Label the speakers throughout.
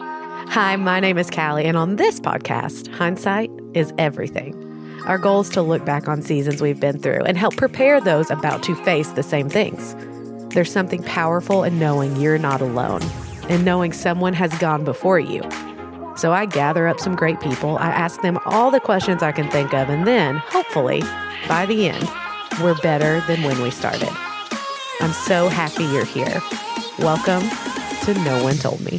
Speaker 1: Hi, my name is Callie, and on this podcast, hindsight is everything. Our goal is to look back on seasons we've been through and help prepare those about to face the same things. There's something powerful in knowing you're not alone and knowing someone has gone before you. So I gather up some great people, I ask them all the questions I can think of, and then, hopefully, by the end, we're better than when we started. I'm so happy you're here. Welcome to No One Told Me.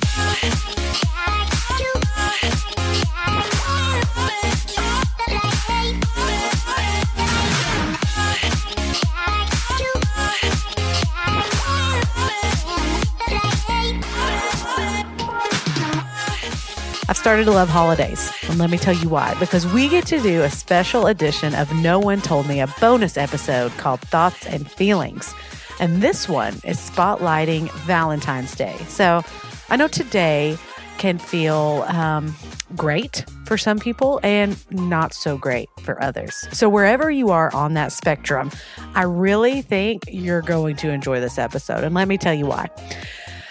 Speaker 1: I've started to love holidays, and let me tell you why. Because we get to do a special edition of No One Told Me, a bonus episode called Thoughts and Feelings. And this one is spotlighting Valentine's Day. So I know today can feel um, great for some people and not so great for others. So, wherever you are on that spectrum, I really think you're going to enjoy this episode. And let me tell you why.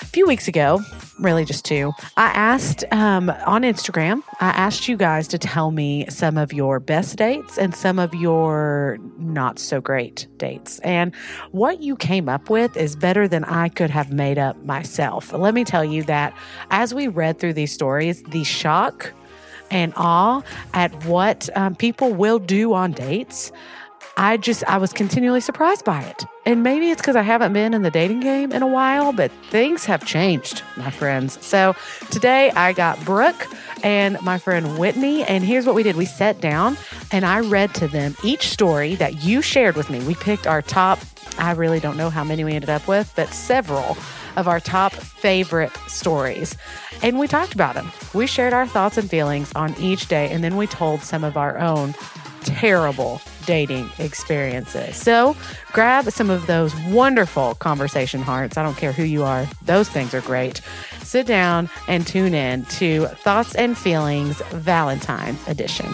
Speaker 1: A few weeks ago, really just two, I asked um, on Instagram, I asked you guys to tell me some of your best dates and some of your not so great dates. And what you came up with is better than I could have made up myself. Let me tell you that as we read through these stories, the shock and awe at what um, people will do on dates. I just, I was continually surprised by it. And maybe it's because I haven't been in the dating game in a while, but things have changed, my friends. So today I got Brooke and my friend Whitney. And here's what we did we sat down and I read to them each story that you shared with me. We picked our top, I really don't know how many we ended up with, but several of our top favorite stories. And we talked about them. We shared our thoughts and feelings on each day, and then we told some of our own terrible dating experiences. So grab some of those wonderful conversation hearts. I don't care who you are, those things are great. Sit down and tune in to Thoughts and Feelings Valentine's Edition.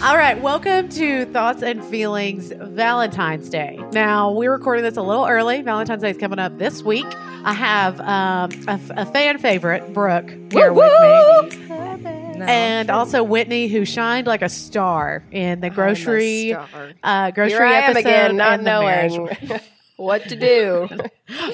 Speaker 1: All right, welcome to Thoughts and Feelings Valentine's Day. Now, we're recording this a little early. Valentine's Day is coming up this week. I have um, a, f- a fan favorite, Brooke, here with me. And also Whitney, who shined like a star in the grocery uh, grocery
Speaker 2: Here I am
Speaker 1: episode
Speaker 2: again, not
Speaker 1: and the marriage
Speaker 2: knowing what to do.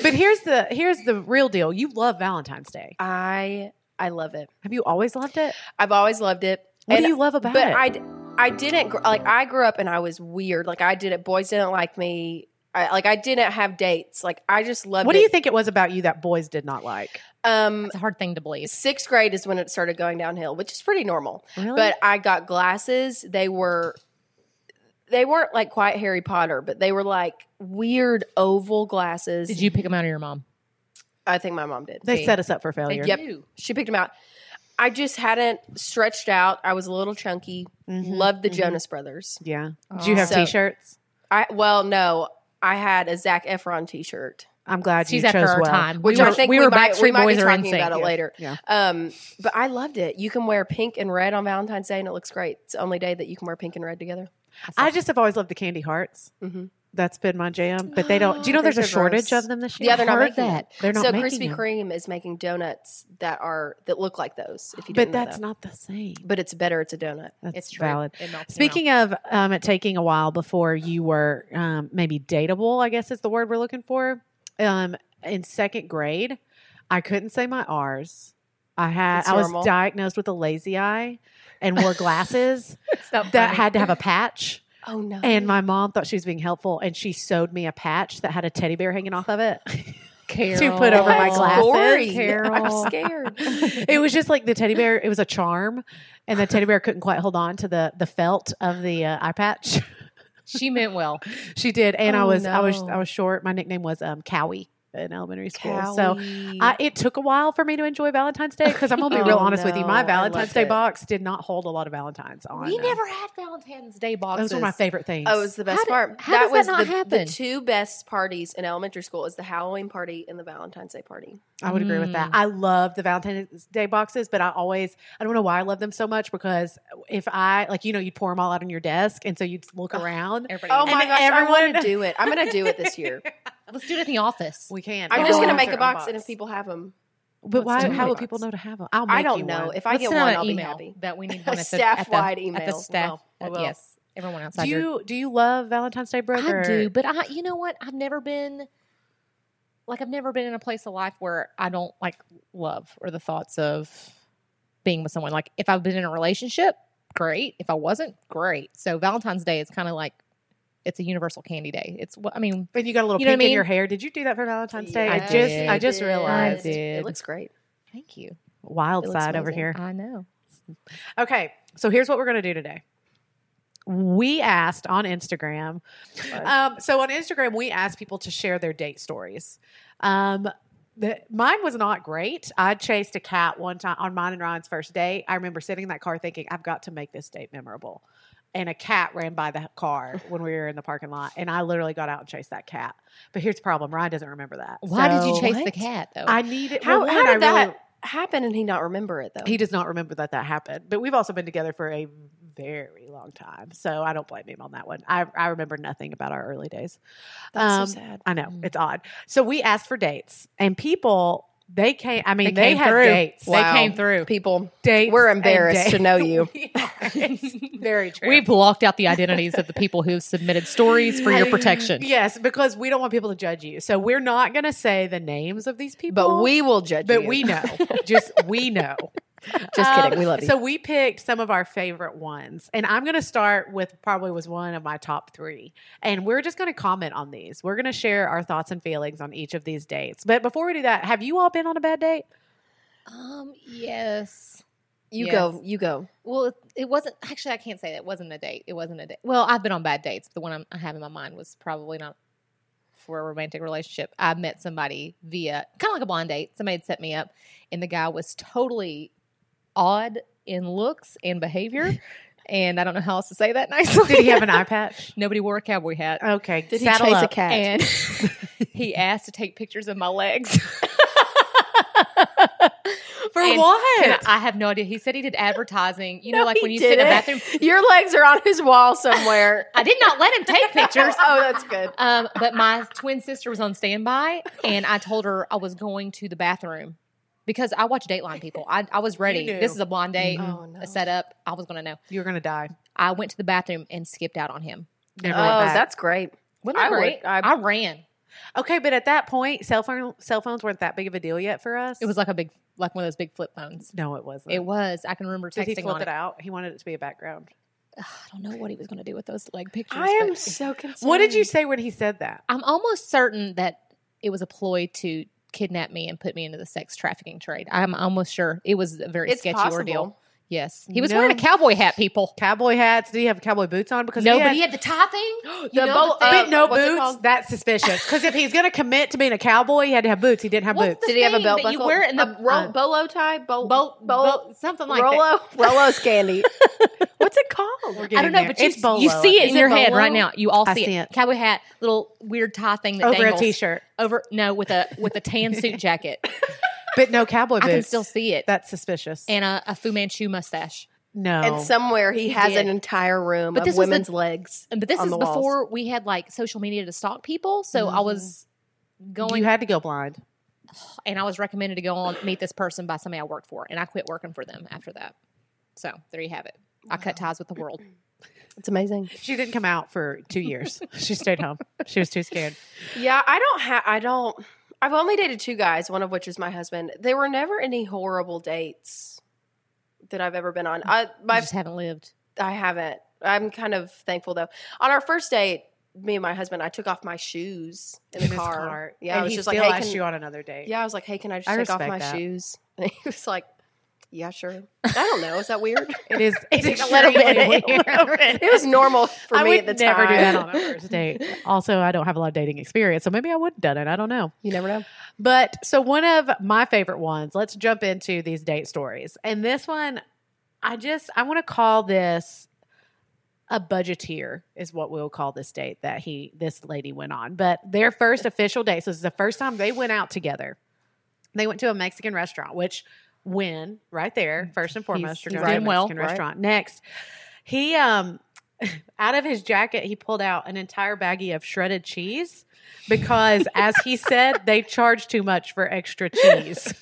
Speaker 1: But here's the here's the real deal. You love Valentine's Day.
Speaker 2: I I love it.
Speaker 1: Have you always loved it?
Speaker 2: I've always loved it.
Speaker 1: What
Speaker 2: And-
Speaker 1: do you love about
Speaker 2: But
Speaker 1: it?
Speaker 2: I d- I didn't gr- like I grew up and I was weird. Like I did it. Boys didn't like me. I, like I didn't have dates. Like I just loved
Speaker 1: what
Speaker 2: it.
Speaker 1: do you think it was about you that boys did not like?
Speaker 2: Um,
Speaker 3: It's a hard thing to believe.
Speaker 2: sixth grade is when it started going downhill, which is pretty normal.
Speaker 1: Really?
Speaker 2: But I got glasses. They were they weren't like quite Harry Potter, but they were like weird oval glasses.
Speaker 3: Did you pick them out of your mom?
Speaker 2: I think my mom did.
Speaker 1: they
Speaker 3: See.
Speaker 1: set us up for failure.
Speaker 2: Yep. She picked him out. I just hadn't stretched out. I was a little chunky.
Speaker 1: Mhm.
Speaker 2: Loved the
Speaker 1: mhm.
Speaker 2: Jonas Brothers.
Speaker 1: Yeah. Do you have
Speaker 2: So-
Speaker 1: t-shirts?
Speaker 2: I well, no, I had a Zach Efron T-shirt,
Speaker 1: I'm glad
Speaker 3: She's
Speaker 1: you
Speaker 3: after
Speaker 1: chose
Speaker 3: our
Speaker 1: well.
Speaker 3: time.
Speaker 2: which
Speaker 3: we were,
Speaker 2: I think
Speaker 3: we were
Speaker 2: might, we
Speaker 3: Backstreet
Speaker 2: might be
Speaker 3: Boys or
Speaker 2: talking
Speaker 3: NSYNC.
Speaker 2: about it later.
Speaker 1: Yeah.
Speaker 2: Um, but I loved it. You can wear pink and red on Valentine's Day, and it looks great. It's the only day that you can wear pink and red together.
Speaker 1: I just have always loved the candy hearts.
Speaker 2: Mhm.
Speaker 1: That's been my jam. But they don't. Do you know
Speaker 2: I think
Speaker 1: there's a
Speaker 2: they're
Speaker 1: shortage
Speaker 2: gross.
Speaker 1: of them this year?
Speaker 2: Yeah, they're not
Speaker 1: Heard
Speaker 2: making
Speaker 1: that. They're not
Speaker 2: so
Speaker 1: making
Speaker 2: Krispy
Speaker 1: them.
Speaker 2: Kreme is making donuts that are that look like those. If you
Speaker 1: But
Speaker 2: didn't know
Speaker 1: that's
Speaker 2: that.
Speaker 1: not the same.
Speaker 2: but it's better. It's a donut.
Speaker 1: That's
Speaker 3: It's true.
Speaker 1: valid.
Speaker 3: It melts in your
Speaker 1: Speaking of um, it taking a while before you were um, maybe dateable, I guess is the word we're looking for. Um, in second grade, I couldn't say my R's. I had
Speaker 2: That's
Speaker 1: I
Speaker 2: normal.
Speaker 1: was diagnosed with a lazy eye and wore glasses
Speaker 3: mouth. It's not
Speaker 1: that
Speaker 3: funny.
Speaker 1: had to have a patch.
Speaker 2: Oh no!
Speaker 1: And my mom thought she was being helpful, and she sewed me a patch that had a teddy bear hanging off of it.
Speaker 3: Carol.
Speaker 1: put over Oh, my
Speaker 2: That's
Speaker 1: glasses.
Speaker 2: gory.
Speaker 3: Carol.
Speaker 2: I'm scared.
Speaker 1: it was just like the teddy bear. It was a charm, and the teddy bear couldn't quite hold on to the the felt of the uh, eye patch.
Speaker 3: She meant well.
Speaker 1: She did, and I
Speaker 2: Oh,
Speaker 1: was I was
Speaker 2: no.
Speaker 1: I was short. My nickname was um, Cowie in elementary school. So I, it took a while for me to enjoy Valentine's Day because I'm gonna be
Speaker 2: Oh,
Speaker 1: real honest with you.
Speaker 2: no, I
Speaker 1: My
Speaker 2: loved
Speaker 1: Valentine's Day
Speaker 2: it.
Speaker 1: box did not hold a lot of Valentines on.
Speaker 3: we
Speaker 1: them.
Speaker 3: never had Valentine's Day boxes.
Speaker 1: Those were my favorite things.
Speaker 2: Oh, it was the best
Speaker 3: How did-
Speaker 2: part.
Speaker 3: how does that
Speaker 2: was
Speaker 3: not
Speaker 2: the, the
Speaker 3: happen?
Speaker 2: two best parties in elementary school is the Halloween party and the Valentine's Day party.
Speaker 1: I would agree with that.
Speaker 3: Mm.
Speaker 1: I love the Valentine's Day boxes, but I always I don't know why I love them so much because if I like you know you'd pour them all out on your desk, and so you'd look around.
Speaker 3: Everybody
Speaker 2: Oh
Speaker 3: knows.
Speaker 2: my
Speaker 1: And
Speaker 2: gosh, I want
Speaker 1: everyone-
Speaker 2: to do it. I'm going to do it this year.
Speaker 3: Let's do it at the office.
Speaker 1: We can.
Speaker 2: I'm
Speaker 4: We're
Speaker 2: just
Speaker 4: going
Speaker 2: gonna make
Speaker 4: after
Speaker 2: a
Speaker 4: own
Speaker 2: box,
Speaker 4: box.
Speaker 2: and if people have them,
Speaker 1: But
Speaker 3: Let's
Speaker 1: why?
Speaker 3: do it.
Speaker 1: How will people know to have them? I'll make
Speaker 2: I
Speaker 1: you
Speaker 2: don't know.
Speaker 1: one.
Speaker 2: If I
Speaker 3: Let's
Speaker 2: get
Speaker 3: send out
Speaker 2: one,
Speaker 3: an
Speaker 2: I'll be
Speaker 3: email
Speaker 2: happy.
Speaker 3: that we need one at the at the,
Speaker 2: Staff-wide
Speaker 3: at the
Speaker 2: email.
Speaker 3: staff.
Speaker 1: Well,
Speaker 3: at-
Speaker 1: well.
Speaker 3: yes, everyone outside.
Speaker 1: Do
Speaker 3: your-
Speaker 1: you do you love Valentine's Day, Brooke?
Speaker 3: I
Speaker 1: or-
Speaker 3: do, but I, you know what? I've never been like I've never been in a place of life where I don't like love or the thoughts of being with someone. Like if I've been in a relationship, great. If I wasn't, great. So Valentine's Day is kind of like it's a universal candy day. It's what I mean.
Speaker 1: And you got a little
Speaker 3: You
Speaker 1: pink
Speaker 3: know what I
Speaker 1: in
Speaker 3: mean?
Speaker 1: your hair. Did you do that for Valentine's Day? I
Speaker 3: Yes,
Speaker 1: just
Speaker 3: I
Speaker 1: I just
Speaker 2: did.
Speaker 1: realized.
Speaker 3: I did.
Speaker 2: it looks great.
Speaker 3: Thank you.
Speaker 1: Wild
Speaker 3: It looks
Speaker 1: side over
Speaker 3: amazing.
Speaker 1: here.
Speaker 3: I know.
Speaker 1: Okay, so here's what we're gonna do today. We asked on Instagram. Um, so on Instagram, we asked people to share their date stories. Um, the, mine was not great. I chased a cat one time on mine and Ryan's first date. I remember sitting in that car thinking, I've got to make this date memorable. And a cat ran by the car when we were in the parking lot, and I literally got out and chased that cat. But here's the problem: Ryan doesn't remember that.
Speaker 3: Why did you
Speaker 1: So-
Speaker 3: chase the cat though?
Speaker 1: I needed.
Speaker 2: How,
Speaker 1: well,
Speaker 2: how
Speaker 1: one,
Speaker 2: did
Speaker 1: I really-
Speaker 2: that happen and he not remember it though?
Speaker 1: he does not remember that that happened. But we've also been together for a very long time, so I don't blame him on that one. I I remember nothing about our early days.
Speaker 2: That's
Speaker 1: Um,
Speaker 2: so sad.
Speaker 1: I know
Speaker 3: Mm.
Speaker 1: it's odd. So we asked for dates, and people they came. I mean,
Speaker 3: They
Speaker 1: they,
Speaker 3: came
Speaker 1: had
Speaker 3: through.
Speaker 1: dates.
Speaker 2: Wow.
Speaker 1: They came through.
Speaker 2: People,
Speaker 1: Dates.
Speaker 2: we're
Speaker 1: and
Speaker 2: embarrassed to
Speaker 1: dates.
Speaker 2: know you.
Speaker 1: We are. It's very true.
Speaker 3: We've blocked out the identities of the people who submitted stories for your protection.
Speaker 1: Yes, because we don't want people to judge you. So we're not going to say the names of these people.
Speaker 2: but we will judge
Speaker 1: But
Speaker 2: you.
Speaker 1: we know. Just we know.
Speaker 2: Just
Speaker 3: Oh,
Speaker 1: Um,
Speaker 2: kidding. We love you.
Speaker 1: So we picked some of our favorite ones, and I'm going to start with probably was one of my top three, and we're just going to comment on these. We're going to share our thoughts and feelings on each of these dates. But before we do that, have you all been on a bad date?
Speaker 3: Um. Yes.
Speaker 2: you
Speaker 3: Yes.
Speaker 2: go. You go.
Speaker 3: Well, it, it wasn't actually. I can't say that it wasn't a date. It wasn't a date. Well, I've been on bad dates. but The one I'm, I have in my mind was probably not for a romantic relationship. I met somebody via kind of like a blind date. Somebody had set me up, and the guy was totally odd in looks and behavior. and I don't know how else to say that nicely.
Speaker 1: Did he have an eye patch?
Speaker 3: Nobody wore a cowboy hat,
Speaker 1: Okay,
Speaker 2: Uh, Did he
Speaker 1: saddle
Speaker 2: chase a
Speaker 1: up.
Speaker 2: cat?
Speaker 3: and he asked to take pictures of my legs.
Speaker 1: for
Speaker 3: And
Speaker 1: what?
Speaker 3: Can I I have no idea. He said he did advertising. You
Speaker 2: No,
Speaker 3: know, like
Speaker 2: he
Speaker 3: when you sit in a
Speaker 2: didn't.
Speaker 3: bathroom.
Speaker 2: Your legs are on his wall somewhere.
Speaker 3: I did not let him take pictures.
Speaker 2: oh, that's good.
Speaker 3: Um, but my twin sister was on standby, and I told her I was going to the bathroom because I watch Dateline people. I, I was ready.
Speaker 1: knew.
Speaker 3: This is a blind date,
Speaker 1: Mhm.
Speaker 2: Oh, no.
Speaker 3: a setup. I was going to know.
Speaker 1: You're going to die.
Speaker 3: I went to the bathroom and skipped out on him.
Speaker 1: Never
Speaker 2: Oh,
Speaker 1: went back.
Speaker 2: that's great.
Speaker 3: Wasn't that
Speaker 2: I would-
Speaker 3: great?
Speaker 2: I-
Speaker 3: I, ran.
Speaker 1: okay. But at that point, cell phone cell phones weren't that big of a deal yet for us.
Speaker 3: It was like a big, like one of those big flip phones.
Speaker 1: no, it wasn't.
Speaker 3: It was. I can remember
Speaker 1: Did he
Speaker 3: texting
Speaker 1: flip
Speaker 3: on
Speaker 1: it
Speaker 3: it.
Speaker 1: out? He wanted it to be a background.
Speaker 3: Ugh, I don't know what he was going to do with those leg pictures.
Speaker 2: I am
Speaker 3: but-
Speaker 2: so concerned.
Speaker 1: What did you say when he said that?
Speaker 3: I'm almost certain that it was a ploy to kidnap me and put me into the sex trafficking trade. I'm almost sure it was a very
Speaker 2: It's
Speaker 3: sketchy
Speaker 2: possible.
Speaker 3: ordeal. Yes, he was
Speaker 1: No.
Speaker 3: wearing a cowboy hat. People,
Speaker 1: Cowboy hats? Did he have cowboy boots on? Because
Speaker 3: no,
Speaker 1: he had-
Speaker 3: but he had the tie thing. You
Speaker 2: The
Speaker 3: know,
Speaker 2: bow-
Speaker 3: the thing-
Speaker 2: uh,
Speaker 1: But no
Speaker 2: what's it
Speaker 1: boots,
Speaker 2: called?
Speaker 1: that's suspicious. Because if he's going to commit to being a cowboy, he had to have boots. He didn't have
Speaker 3: What's
Speaker 1: boots.
Speaker 3: the
Speaker 2: Did he have a
Speaker 3: thing
Speaker 2: belt
Speaker 3: that
Speaker 2: buckle?
Speaker 3: You wear it in the
Speaker 2: a ro-
Speaker 3: uh,
Speaker 2: bolo tie? Bo-
Speaker 3: bo-
Speaker 2: bo-
Speaker 3: bo- something like that.
Speaker 2: Rolo? Rolo's candy.
Speaker 1: What's it called? We're
Speaker 3: I don't
Speaker 1: getting
Speaker 3: know,
Speaker 1: there.
Speaker 3: but you,
Speaker 1: It's bolo.
Speaker 3: you see it
Speaker 2: Is
Speaker 3: in
Speaker 2: it
Speaker 3: your head
Speaker 2: bolo?
Speaker 3: right now. You all
Speaker 1: I
Speaker 3: see,
Speaker 1: see
Speaker 3: it.
Speaker 1: it.
Speaker 3: Cowboy hat, little weird tie thing that
Speaker 1: over
Speaker 3: dangles.
Speaker 1: a t-shirt,
Speaker 3: Over no, with a with a tan suit jacket.
Speaker 1: but no cowboy boots.
Speaker 3: I can still see it.
Speaker 1: That's suspicious.
Speaker 3: and a, a Fu Manchu mustache.
Speaker 1: no,
Speaker 2: And
Speaker 3: Oh.
Speaker 2: somewhere he
Speaker 3: He
Speaker 2: has
Speaker 3: did.
Speaker 2: an entire room
Speaker 3: But
Speaker 2: of
Speaker 3: this was the-
Speaker 2: women's legs.
Speaker 3: But this
Speaker 2: on
Speaker 3: is
Speaker 2: the walls.
Speaker 3: before we had like social media to stalk people. So I
Speaker 1: Mhm.
Speaker 3: was going
Speaker 1: you had to go blind.
Speaker 3: and I was recommended to go on meet this person by somebody I worked for, and I quit working for them after that. So there you have it. I cut ties with the world.
Speaker 2: It's amazing.
Speaker 1: She didn't come out for two years. she stayed home. She was too scared.
Speaker 2: Yeah, I don't have. I don't. I've only dated two guys, one of which is my husband. There were never any horrible dates that I've ever been on. I
Speaker 3: I
Speaker 2: my
Speaker 3: just haven't lived.
Speaker 2: I haven't. I'm kind of thankful though. On our first date, me and my husband, I took off my shoes in the
Speaker 1: his
Speaker 2: car. Yeah, I
Speaker 1: and
Speaker 2: was
Speaker 1: he
Speaker 2: just like,
Speaker 1: still
Speaker 2: hey,
Speaker 1: asked
Speaker 2: can-
Speaker 1: you on another date.
Speaker 2: Yeah, I was like, hey, can I just
Speaker 1: I
Speaker 2: take off
Speaker 1: respect
Speaker 2: my
Speaker 1: that.
Speaker 2: shoes? And he was like, yeah, sure. I don't know. Is that weird?
Speaker 1: it is. It's
Speaker 3: It's a little bit-
Speaker 1: extremely weird.
Speaker 2: it was normal for
Speaker 1: I
Speaker 2: me
Speaker 1: would
Speaker 2: at the
Speaker 1: never
Speaker 2: time.
Speaker 1: do that on a first date. Also, I don't have a lot of dating experience, so maybe I would have done it. I don't know.
Speaker 2: You never know.
Speaker 1: But so one of my favorite ones, let's jump into these date stories. And this one, I just I want to call this a budgeteer is what we'll call this date that he this lady went on. But their first official date, so this is the first time they went out together. They went to a Mexican restaurant, which win right there, first and foremost,
Speaker 3: He's-
Speaker 1: you're going
Speaker 3: Mm, he's
Speaker 1: to a
Speaker 3: doing well,
Speaker 1: Mexican
Speaker 2: right?
Speaker 1: restaurant. Next, he um out of his jacket, he pulled out an entire baggie of shredded cheese because, as he said, they charge too much for extra cheese.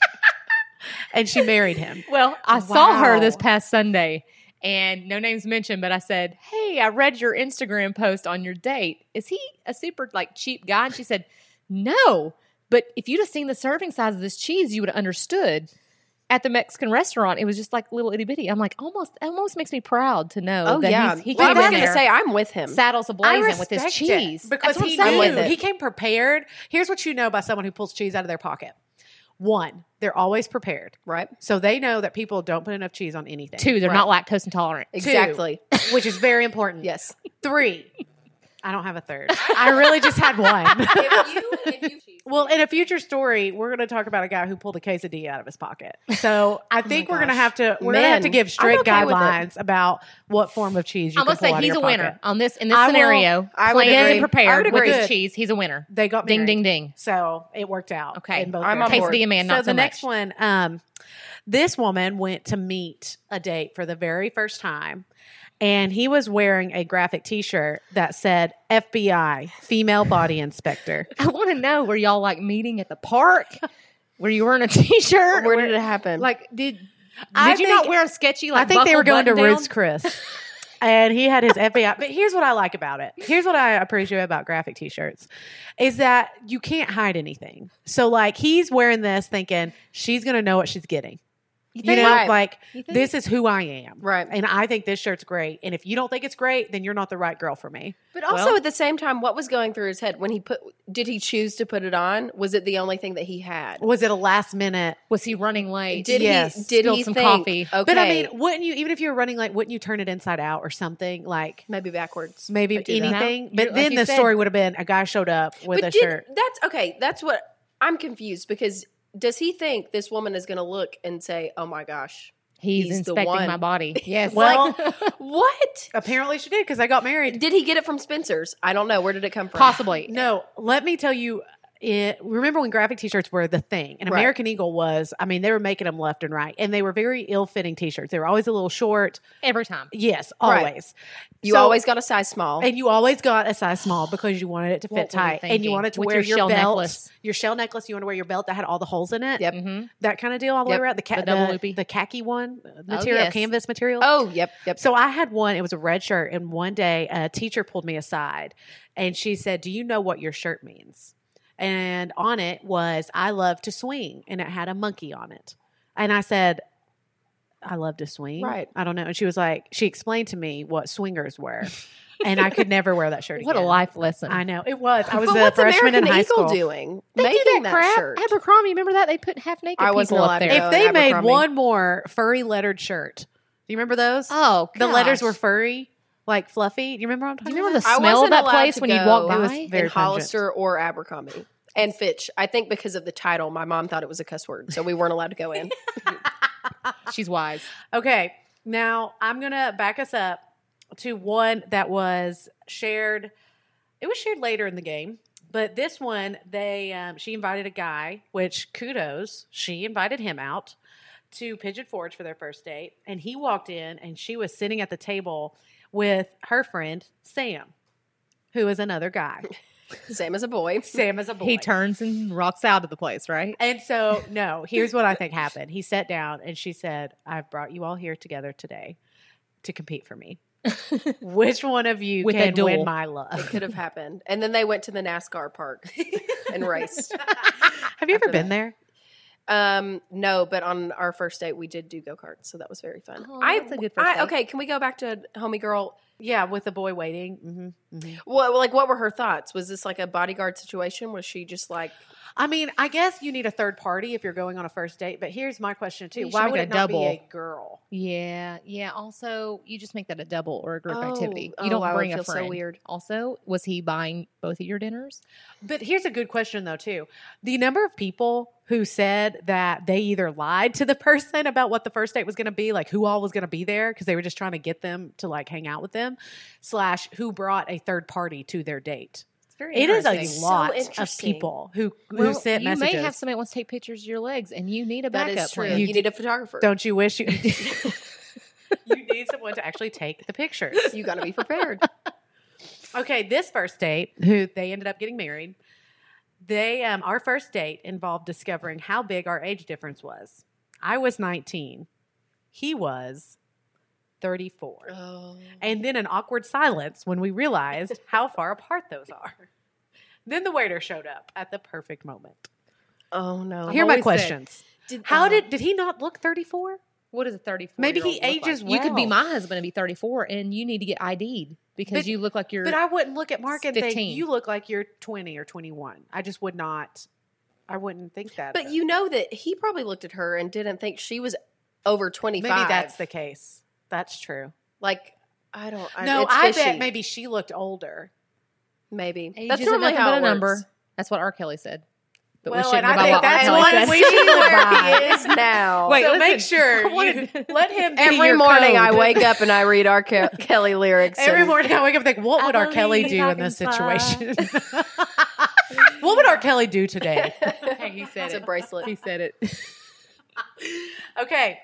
Speaker 1: and she married him.
Speaker 3: Well, I saw her this
Speaker 1: Wow.
Speaker 3: past Sunday, and no names mentioned, but I said, "Hey, I read your Instagram post on your date. Is he a super like cheap guy?" And she said, "No, but if you'd have seen the serving size of this cheese, you would have understood." At the Mexican restaurant, it was just like little itty bitty. I'm like, almost, it almost makes me proud to know
Speaker 2: Oh
Speaker 3: that
Speaker 2: yeah,
Speaker 3: he's, he
Speaker 2: Well,
Speaker 3: came
Speaker 2: I
Speaker 3: in
Speaker 2: was gonna
Speaker 3: there,
Speaker 2: say I'm with him.
Speaker 3: saddles ablazing with his
Speaker 1: respect it
Speaker 3: cheese
Speaker 1: because
Speaker 3: That's what
Speaker 1: he
Speaker 3: I'm saying.
Speaker 2: I'm
Speaker 1: knew
Speaker 2: with it.
Speaker 1: he came prepared. Here's what you know by someone who pulls cheese out of their pocket: one, they're always prepared,
Speaker 2: right?
Speaker 1: so they know that people don't put enough cheese on anything.
Speaker 3: Two, they're not lactose intolerant.
Speaker 2: Exactly.
Speaker 1: which is very important.
Speaker 2: Yes.
Speaker 1: Three, I don't have a third. I really just had one. Well, in a future story, we're going to talk about a guy who pulled a quesadilla out of his pocket. So I
Speaker 3: Oh
Speaker 1: think we're going to
Speaker 2: gosh.
Speaker 1: have to we're going to have to
Speaker 2: Men,
Speaker 1: give straight
Speaker 2: okay with it.
Speaker 1: guidelines about what form of cheese you
Speaker 3: I'm
Speaker 1: can
Speaker 3: gonna
Speaker 1: pull
Speaker 3: say
Speaker 1: out of
Speaker 3: he's a
Speaker 1: your
Speaker 3: winner
Speaker 1: pocket.
Speaker 3: on this in this
Speaker 1: I will-
Speaker 3: scenario.
Speaker 2: I would
Speaker 3: planned and
Speaker 2: agree. I
Speaker 3: prepared
Speaker 2: would
Speaker 3: with
Speaker 2: agree.
Speaker 3: his cheese. He's a winner.
Speaker 1: They got
Speaker 3: Ding
Speaker 1: married.
Speaker 3: ding ding.
Speaker 1: So it worked out.
Speaker 3: Okay.
Speaker 1: in both
Speaker 2: I'm on
Speaker 1: directions.
Speaker 2: board.
Speaker 3: Quesadilla man,
Speaker 1: so
Speaker 3: not so,
Speaker 1: the next
Speaker 3: much.
Speaker 1: one, um, this woman went to meet a date for the very first time, and he was wearing a graphic T-shirt that said FBI Female Body Inspector.
Speaker 3: I want to know were y'all like meeting at the park? Were you wearing a t-shirt?
Speaker 2: Where did it happen?
Speaker 3: like did did
Speaker 1: I
Speaker 3: you not
Speaker 1: think-
Speaker 3: wear a sketchy?
Speaker 1: I
Speaker 3: Like
Speaker 1: think they
Speaker 3: buckle
Speaker 1: were going to
Speaker 3: button down?
Speaker 1: Ruth's Chris. And he had his FBI. But here's what I like about it. Here's what I appreciate about graphic t-shirts is that you can't hide anything. So like he's wearing this thinking she's going to know what she's getting.
Speaker 3: You
Speaker 1: You
Speaker 3: think?
Speaker 1: know,
Speaker 2: Right.
Speaker 1: like
Speaker 3: You think?
Speaker 1: this is who I am.
Speaker 2: right.
Speaker 1: And I think this shirt's great. And if you don't think it's great, then you're not the right girl for me.
Speaker 2: But also
Speaker 3: Well-
Speaker 2: at the same time, what was going through his head when he put? Did he choose to put it on? Was it the only thing that he had?
Speaker 1: Was it a last minute?
Speaker 3: was he running late?
Speaker 2: Did
Speaker 1: Yes.
Speaker 2: he? Did
Speaker 3: Spilled
Speaker 2: he
Speaker 3: some
Speaker 2: think,
Speaker 3: coffee.
Speaker 2: Okay,
Speaker 1: But I mean, wouldn't you even if you were running like wouldn't you turn it inside out or something like
Speaker 2: maybe backwards.
Speaker 1: maybe
Speaker 2: I do that.
Speaker 1: anything?
Speaker 3: You-
Speaker 1: But
Speaker 3: like
Speaker 1: then
Speaker 3: you
Speaker 1: the
Speaker 3: said-
Speaker 1: story would have been a guy showed up with
Speaker 2: but
Speaker 1: a
Speaker 2: did,
Speaker 1: shirt.
Speaker 2: That's okay. That's what I'm confused because does he think this woman is going to look and say, "Oh my gosh,
Speaker 3: he's,
Speaker 2: He's the
Speaker 3: inspecting
Speaker 2: one.
Speaker 3: my body. Yes.
Speaker 1: Well-
Speaker 2: what?"
Speaker 1: Apparently she did because I got married.
Speaker 2: Did he get it from Spencer's? I don't know. Where did it come from?
Speaker 3: possibly.
Speaker 1: No, let me tell you. It, remember when graphic t-shirts were the thing and
Speaker 2: Right.
Speaker 1: American Eagle was, I mean, they were making them left and right and they were very ill-fitting t-shirts. They were always a little short.
Speaker 3: Every time.
Speaker 1: Yes,
Speaker 2: Right.
Speaker 1: always.
Speaker 2: You
Speaker 1: So-
Speaker 2: always got a size small.
Speaker 1: and you always got a size small because you wanted it to
Speaker 3: What
Speaker 1: fit
Speaker 3: were we
Speaker 1: tight and you
Speaker 3: thinking?
Speaker 1: wanted to
Speaker 3: With
Speaker 1: wear
Speaker 3: your
Speaker 1: your,
Speaker 3: shell
Speaker 1: belt,
Speaker 3: necklace.
Speaker 1: your shell necklace, you want to wear your belt that had all the holes in it.
Speaker 2: Yep.
Speaker 3: Mhm.
Speaker 1: That kind of deal all the
Speaker 2: Yep.
Speaker 1: way around. The, ca-
Speaker 3: The double
Speaker 1: the,
Speaker 3: loopy. Oh,
Speaker 1: the khaki one uh, material,
Speaker 3: yes.
Speaker 1: canvas material.
Speaker 2: oh, yep, yep.
Speaker 1: So I had one, it was a red shirt. And one day a teacher pulled me aside and she said, Do you know what your shirt means? And on it was, I love to swing. And it had a monkey on it. And I said, I love to swing.
Speaker 2: Right.
Speaker 1: I don't know. And she was like, She explained to me what swingers were. and I could never wear that shirt
Speaker 3: What a
Speaker 1: again.
Speaker 3: life lesson.
Speaker 1: I know. It was. I was
Speaker 2: but
Speaker 1: a
Speaker 2: what's
Speaker 1: freshman
Speaker 2: American
Speaker 1: in high school.
Speaker 2: Eagle doing?
Speaker 3: they
Speaker 2: Making
Speaker 3: do that crap.
Speaker 2: shirt.
Speaker 3: Abercrombie, remember that? They put half naked
Speaker 2: I
Speaker 3: people
Speaker 2: wasn't
Speaker 3: up
Speaker 2: allowed to
Speaker 3: there.
Speaker 2: go.
Speaker 1: If they
Speaker 2: Oh,
Speaker 1: made
Speaker 2: Abercrombie.
Speaker 1: one more furry lettered shirt, do you remember those?
Speaker 3: oh,
Speaker 1: the letters
Speaker 3: gosh.
Speaker 1: were furry, like fluffy. Do you remember what I'm
Speaker 3: Do
Speaker 1: talking
Speaker 3: you remember the
Speaker 2: I
Speaker 3: smell of
Speaker 2: wasn't
Speaker 3: that
Speaker 2: allowed
Speaker 3: place
Speaker 2: to
Speaker 3: when you'd walk
Speaker 2: go.
Speaker 1: It
Speaker 3: by?
Speaker 1: was very
Speaker 2: in Hollister or Abercrombie and Fitch. I think because of the title, my mom thought it was a cuss word, so we weren't allowed to go in.
Speaker 3: She's wise.
Speaker 1: Okay. Now I'm gonna back us up to one that was shared. It was shared later in the game, but this one they um, she invited a guy, which kudos, she invited him out to Pigeon Forge for their first date, and he walked in and she was sitting at the table with her friend Sam, who is another guy.
Speaker 2: Same as a boy.
Speaker 1: Sam is a boy.
Speaker 3: He turns and rocks out of the place, right?
Speaker 1: And so, no, here's what I think happened. He sat down and she said, I've brought you all here together today to compete for me. Which one of you
Speaker 3: With a
Speaker 1: can win
Speaker 3: duel.
Speaker 1: my
Speaker 2: It
Speaker 1: love?
Speaker 2: could have happened. And then they went to the NASCAR park and raced.
Speaker 1: Have you ever
Speaker 2: After
Speaker 1: been there?
Speaker 2: Um, no, but on our first date we did do go karts, so that was very fun.
Speaker 3: Oh,
Speaker 2: I,
Speaker 3: that's a good first
Speaker 2: I-
Speaker 3: date.
Speaker 2: okay, can we go back to homie girl?
Speaker 1: Yeah, with the boy waiting. Mm-hmm.
Speaker 2: What like what were her thoughts? Was this like a bodyguard situation? Was she just like
Speaker 1: I mean, I guess you need a third party if you're going on a first date. But here's my question too:
Speaker 3: You should
Speaker 1: Why
Speaker 3: make
Speaker 1: would
Speaker 3: it
Speaker 1: it
Speaker 3: a
Speaker 1: not
Speaker 3: double.
Speaker 1: be a girl?
Speaker 3: Yeah, yeah. Also, you just make that a double or a group
Speaker 2: Oh,
Speaker 3: activity. You
Speaker 2: oh,
Speaker 3: don't
Speaker 2: I would
Speaker 3: bring a
Speaker 2: feel so
Speaker 3: friend.
Speaker 2: weird.
Speaker 3: Also, was he buying both of your dinners?
Speaker 1: But here's a good question though too: the number of people who said that they either lied to the person about what the first date was going to be, like who all was going to be there, because they were just trying to get them to like hang out with them, slash who brought a third party to their date.
Speaker 3: It's very
Speaker 1: It is a
Speaker 3: interesting.
Speaker 2: So
Speaker 1: lot of
Speaker 2: interesting.
Speaker 1: people who who
Speaker 3: Well,
Speaker 1: sent
Speaker 3: you
Speaker 1: messages.
Speaker 3: may have somebody that wants to take pictures of your legs, and you need a
Speaker 2: that
Speaker 3: backup
Speaker 2: is true.
Speaker 3: plan.
Speaker 2: You,
Speaker 1: You
Speaker 2: need a photographer.
Speaker 1: Don't you wish you? you need someone to actually take the pictures.
Speaker 2: You got to be prepared.
Speaker 1: Okay, this first date, who they ended up getting married, they um, our first date involved discovering how big our age difference was. I was 19. He was 34.
Speaker 2: oh.
Speaker 1: And then an awkward silence when we realized how far apart those are. Then the waiter showed up at the perfect moment.
Speaker 2: oh no.
Speaker 1: Here are my
Speaker 3: always sick. Um,
Speaker 1: questions.
Speaker 2: Did-
Speaker 1: How
Speaker 2: uh,
Speaker 1: did did he not look 34?
Speaker 3: What is a 34?
Speaker 1: Maybe he ages
Speaker 3: You could be
Speaker 1: well.
Speaker 3: my husband and be 34, and you need to get ID'd because
Speaker 1: But-
Speaker 3: you look like you're.
Speaker 1: But I wouldn't look at Mark and think
Speaker 3: 15.
Speaker 1: you look like you're 20 or 21. I just would not. I wouldn't think that.
Speaker 2: But you know that he probably looked at her and didn't think she was over twenty
Speaker 1: maybe
Speaker 2: five.
Speaker 1: that's the case. That's true.
Speaker 2: like. I don't. I,
Speaker 1: no,
Speaker 2: it's
Speaker 1: I
Speaker 2: fishy.
Speaker 1: bet maybe she looked older.
Speaker 2: Maybe
Speaker 3: Age
Speaker 2: that's
Speaker 3: isn't
Speaker 2: normally
Speaker 3: nothing
Speaker 2: how
Speaker 3: but
Speaker 2: it
Speaker 3: a number.
Speaker 2: works.
Speaker 3: That's what R. Kelly said. But
Speaker 1: Well,
Speaker 3: we shouldn't
Speaker 1: and I
Speaker 3: live by
Speaker 1: think
Speaker 3: what R.
Speaker 1: that's
Speaker 3: Kelly
Speaker 1: one
Speaker 3: said.
Speaker 1: we should live by.
Speaker 2: he is now.
Speaker 3: Wait,
Speaker 1: so
Speaker 3: listen,
Speaker 1: make sure
Speaker 3: I wanted-
Speaker 1: you let him. be
Speaker 2: every
Speaker 1: your
Speaker 2: morning
Speaker 1: code.
Speaker 2: I wake up and I read our Ke- Kelly lyrics.
Speaker 1: Every
Speaker 2: and-
Speaker 1: morning I wake up and think, what
Speaker 3: I
Speaker 1: would R. Kelly
Speaker 3: believe
Speaker 1: do
Speaker 3: I
Speaker 1: in this
Speaker 3: can fly.
Speaker 1: situation? what would R. Kelly do today?
Speaker 3: Hey, he said
Speaker 2: it's a
Speaker 3: it.
Speaker 2: bracelet.
Speaker 3: He said it.
Speaker 1: okay.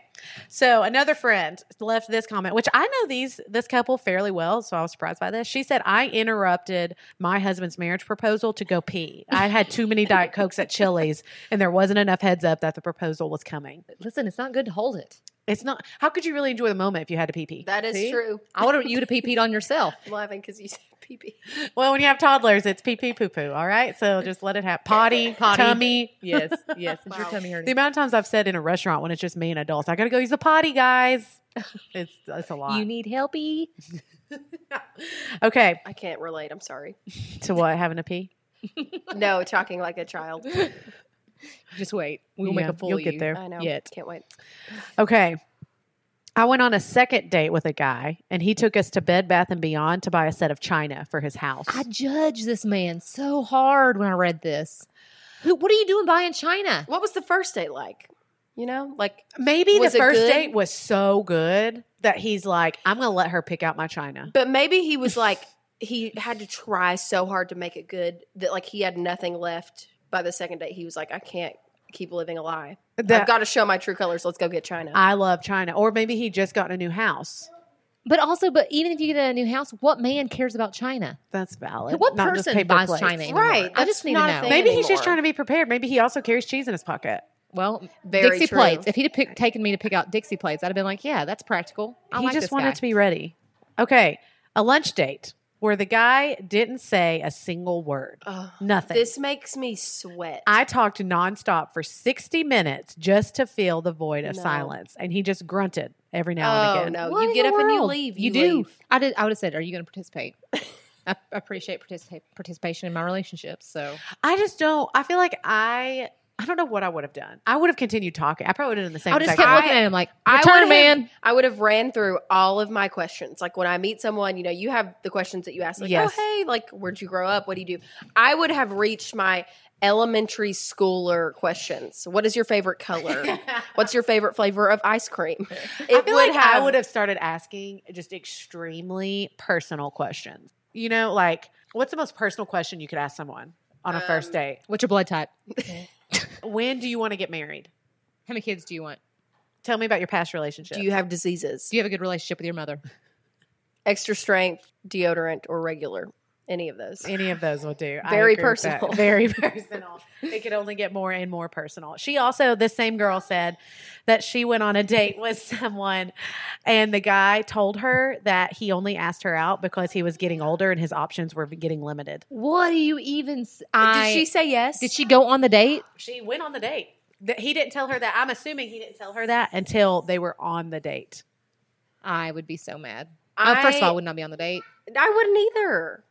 Speaker 1: So another friend left this comment, which I know these this couple fairly well, so I was surprised by this. She said, "I interrupted my husband's marriage proposal to go pee. I had too many diet cokes at Chili's, and there wasn't enough heads up that the proposal was coming.
Speaker 3: Listen, it's not good to hold it.
Speaker 1: It's not. How could you really enjoy the moment if you had to pee pee?
Speaker 2: That is
Speaker 3: See?
Speaker 2: true.
Speaker 3: I would have you to pee peed on yourself.
Speaker 2: I'm laughing because you said PP.
Speaker 1: Well, when you have toddlers, it's pee pee poo poo. All right, so just let it happen. Potty,
Speaker 3: Potty.
Speaker 1: tummy,
Speaker 3: Yes, yes. It's
Speaker 2: Wow.
Speaker 3: your tummy
Speaker 1: The
Speaker 3: hurting.
Speaker 1: amount of times I've said in a restaurant when it's just me and adults, I gotta go use the potty, guys. It's it's a lot.
Speaker 3: You need E. helpy.
Speaker 1: okay,
Speaker 2: I can't relate. I'm sorry.
Speaker 1: to what having to pee?
Speaker 2: No, talking like a child.
Speaker 3: Just wait. We'll make
Speaker 1: Yeah,
Speaker 3: a E. fool
Speaker 1: You'll
Speaker 3: of
Speaker 1: get
Speaker 3: you.
Speaker 1: there.
Speaker 2: I know.
Speaker 3: Yet.
Speaker 2: Can't wait.
Speaker 1: Okay. I went on a second date with a guy, and he took us to Bed Bath and Beyond to buy a set of china for his house.
Speaker 3: I judge this man so hard when I read this. Who? What are you doing buying China?
Speaker 2: What was the first date like? You know, like
Speaker 1: Maybe
Speaker 2: Was
Speaker 1: the
Speaker 2: it
Speaker 1: first
Speaker 2: good?
Speaker 1: date was so good that he's like, "I'm gonna let her pick out my china."
Speaker 2: But maybe he was like he had to try so hard to make it good that like he had nothing left by the second date. He was like, I can't keep living a lie. I've
Speaker 1: That-
Speaker 2: got to show my true colors. Let's go get China.
Speaker 1: I love china, or maybe he just got a new house.
Speaker 3: But also, but even if you get a new house, what man cares about China?
Speaker 1: That's valid.
Speaker 3: what
Speaker 1: Not just
Speaker 3: person
Speaker 1: paper
Speaker 3: buys
Speaker 1: plates.
Speaker 3: China? Anymore?
Speaker 2: Right,
Speaker 3: I
Speaker 2: that's
Speaker 3: just need to
Speaker 2: not a
Speaker 3: know.
Speaker 2: thing.
Speaker 1: Maybe he's just
Speaker 2: anymore.
Speaker 1: trying to be prepared. Maybe he also carries cheese in his pocket.
Speaker 3: Well,
Speaker 2: Very
Speaker 3: Dixie
Speaker 2: true.
Speaker 3: plates. If he'd have picked, taken me to pick out Dixie plates, I'd have been like, yeah, that's practical. I
Speaker 1: he
Speaker 3: like
Speaker 1: just
Speaker 3: this
Speaker 1: wanted
Speaker 3: guy.
Speaker 1: to be ready. Okay, a lunch date where the guy didn't say a single word,
Speaker 2: Ugh.
Speaker 1: nothing.
Speaker 2: this makes me sweat.
Speaker 1: I talked nonstop for 60 minutes just to fill the void of
Speaker 2: No.
Speaker 1: silence, and he just grunted every now and
Speaker 2: oh
Speaker 1: again.
Speaker 2: no!
Speaker 3: What
Speaker 2: you
Speaker 3: in
Speaker 2: get
Speaker 3: the
Speaker 2: up and you
Speaker 3: world?
Speaker 2: leave.
Speaker 3: You, do.
Speaker 2: leave.
Speaker 3: I did. I would have said, "Are you going to participate?" I I appreciate participate, participation in my relationship. So
Speaker 1: I just don't. I feel like I. I don't know what I would have done. I would have continued talking. I probably would have done the same
Speaker 3: I just
Speaker 1: exact
Speaker 3: kept
Speaker 1: thing.
Speaker 3: looking at him like,
Speaker 2: I
Speaker 3: "Your turn,
Speaker 2: would've-
Speaker 3: man."
Speaker 2: I would have ran through all of my questions. Like when I meet someone, you know, you have the questions that you ask, like,
Speaker 1: Yes.
Speaker 2: oh, hey, like, where'd you grow up? What do you do? I would have reached my elementary schooler questions. What is your favorite color? What's your favorite flavor of ice cream? It
Speaker 1: I feel like I would have started asking just extremely personal questions. You know, like what's the most personal question you could ask someone on a first
Speaker 2: Um,
Speaker 1: date?
Speaker 3: What's your blood type?
Speaker 1: When do you want to get married?
Speaker 3: How many kids do you want?
Speaker 1: Tell me about your past relationship.
Speaker 2: Do you have diseases?
Speaker 3: Do you have a good relationship with your mother?
Speaker 2: Extra strength, deodorant, or regular? Any of those?
Speaker 1: Any of those will do. I
Speaker 2: Very
Speaker 1: agree with that.
Speaker 2: personal.
Speaker 1: Very personal. It could only get more and more personal. She also, this same girl said that she went on a date with someone and the guy told her that he only asked her out because he was getting older and his options were getting limited.
Speaker 3: What do you even? s-
Speaker 2: did she say yes?
Speaker 3: Did she go on the date?
Speaker 1: She went on the date. That He didn't tell her that. I'm assuming he didn't tell her that until they were on the date.
Speaker 3: I would be so mad.
Speaker 1: oh,
Speaker 3: I, first of all, I would not be on the date.
Speaker 2: I wouldn't either.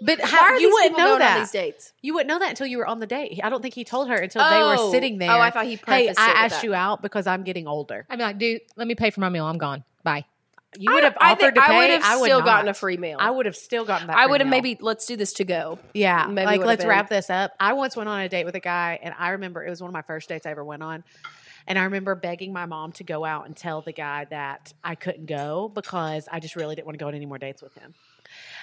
Speaker 1: But
Speaker 2: Why are
Speaker 1: how, you
Speaker 2: these
Speaker 1: wouldn't
Speaker 2: people
Speaker 1: know
Speaker 2: going on these
Speaker 1: that.
Speaker 2: dates?
Speaker 1: You wouldn't know that until you were on the date. I don't think he told her until they were
Speaker 2: Oh.
Speaker 1: sitting there.
Speaker 2: Oh, I thought he.
Speaker 1: hey, I
Speaker 2: prefaced it with
Speaker 1: asked
Speaker 2: that.
Speaker 1: you out because I'm getting older.
Speaker 3: I'd be like, dude, let me pay for my meal. I'm gone. Bye.
Speaker 1: You would have
Speaker 2: I
Speaker 1: offered
Speaker 2: think
Speaker 1: to pay.
Speaker 2: I would have still
Speaker 1: not.
Speaker 2: gotten a free meal.
Speaker 1: I would have still gotten that.
Speaker 2: I
Speaker 1: free
Speaker 2: would have
Speaker 1: meal.
Speaker 2: maybe let's do this to go.
Speaker 1: Yeah.
Speaker 2: maybe
Speaker 1: like
Speaker 2: would have
Speaker 1: let's
Speaker 2: been.
Speaker 1: wrap this up. I once went on a date with a guy, and I remember it was one of my first dates I ever went on, and I remember begging my mom to go out and tell the guy that I couldn't go because I just really didn't want to go on any more dates with him.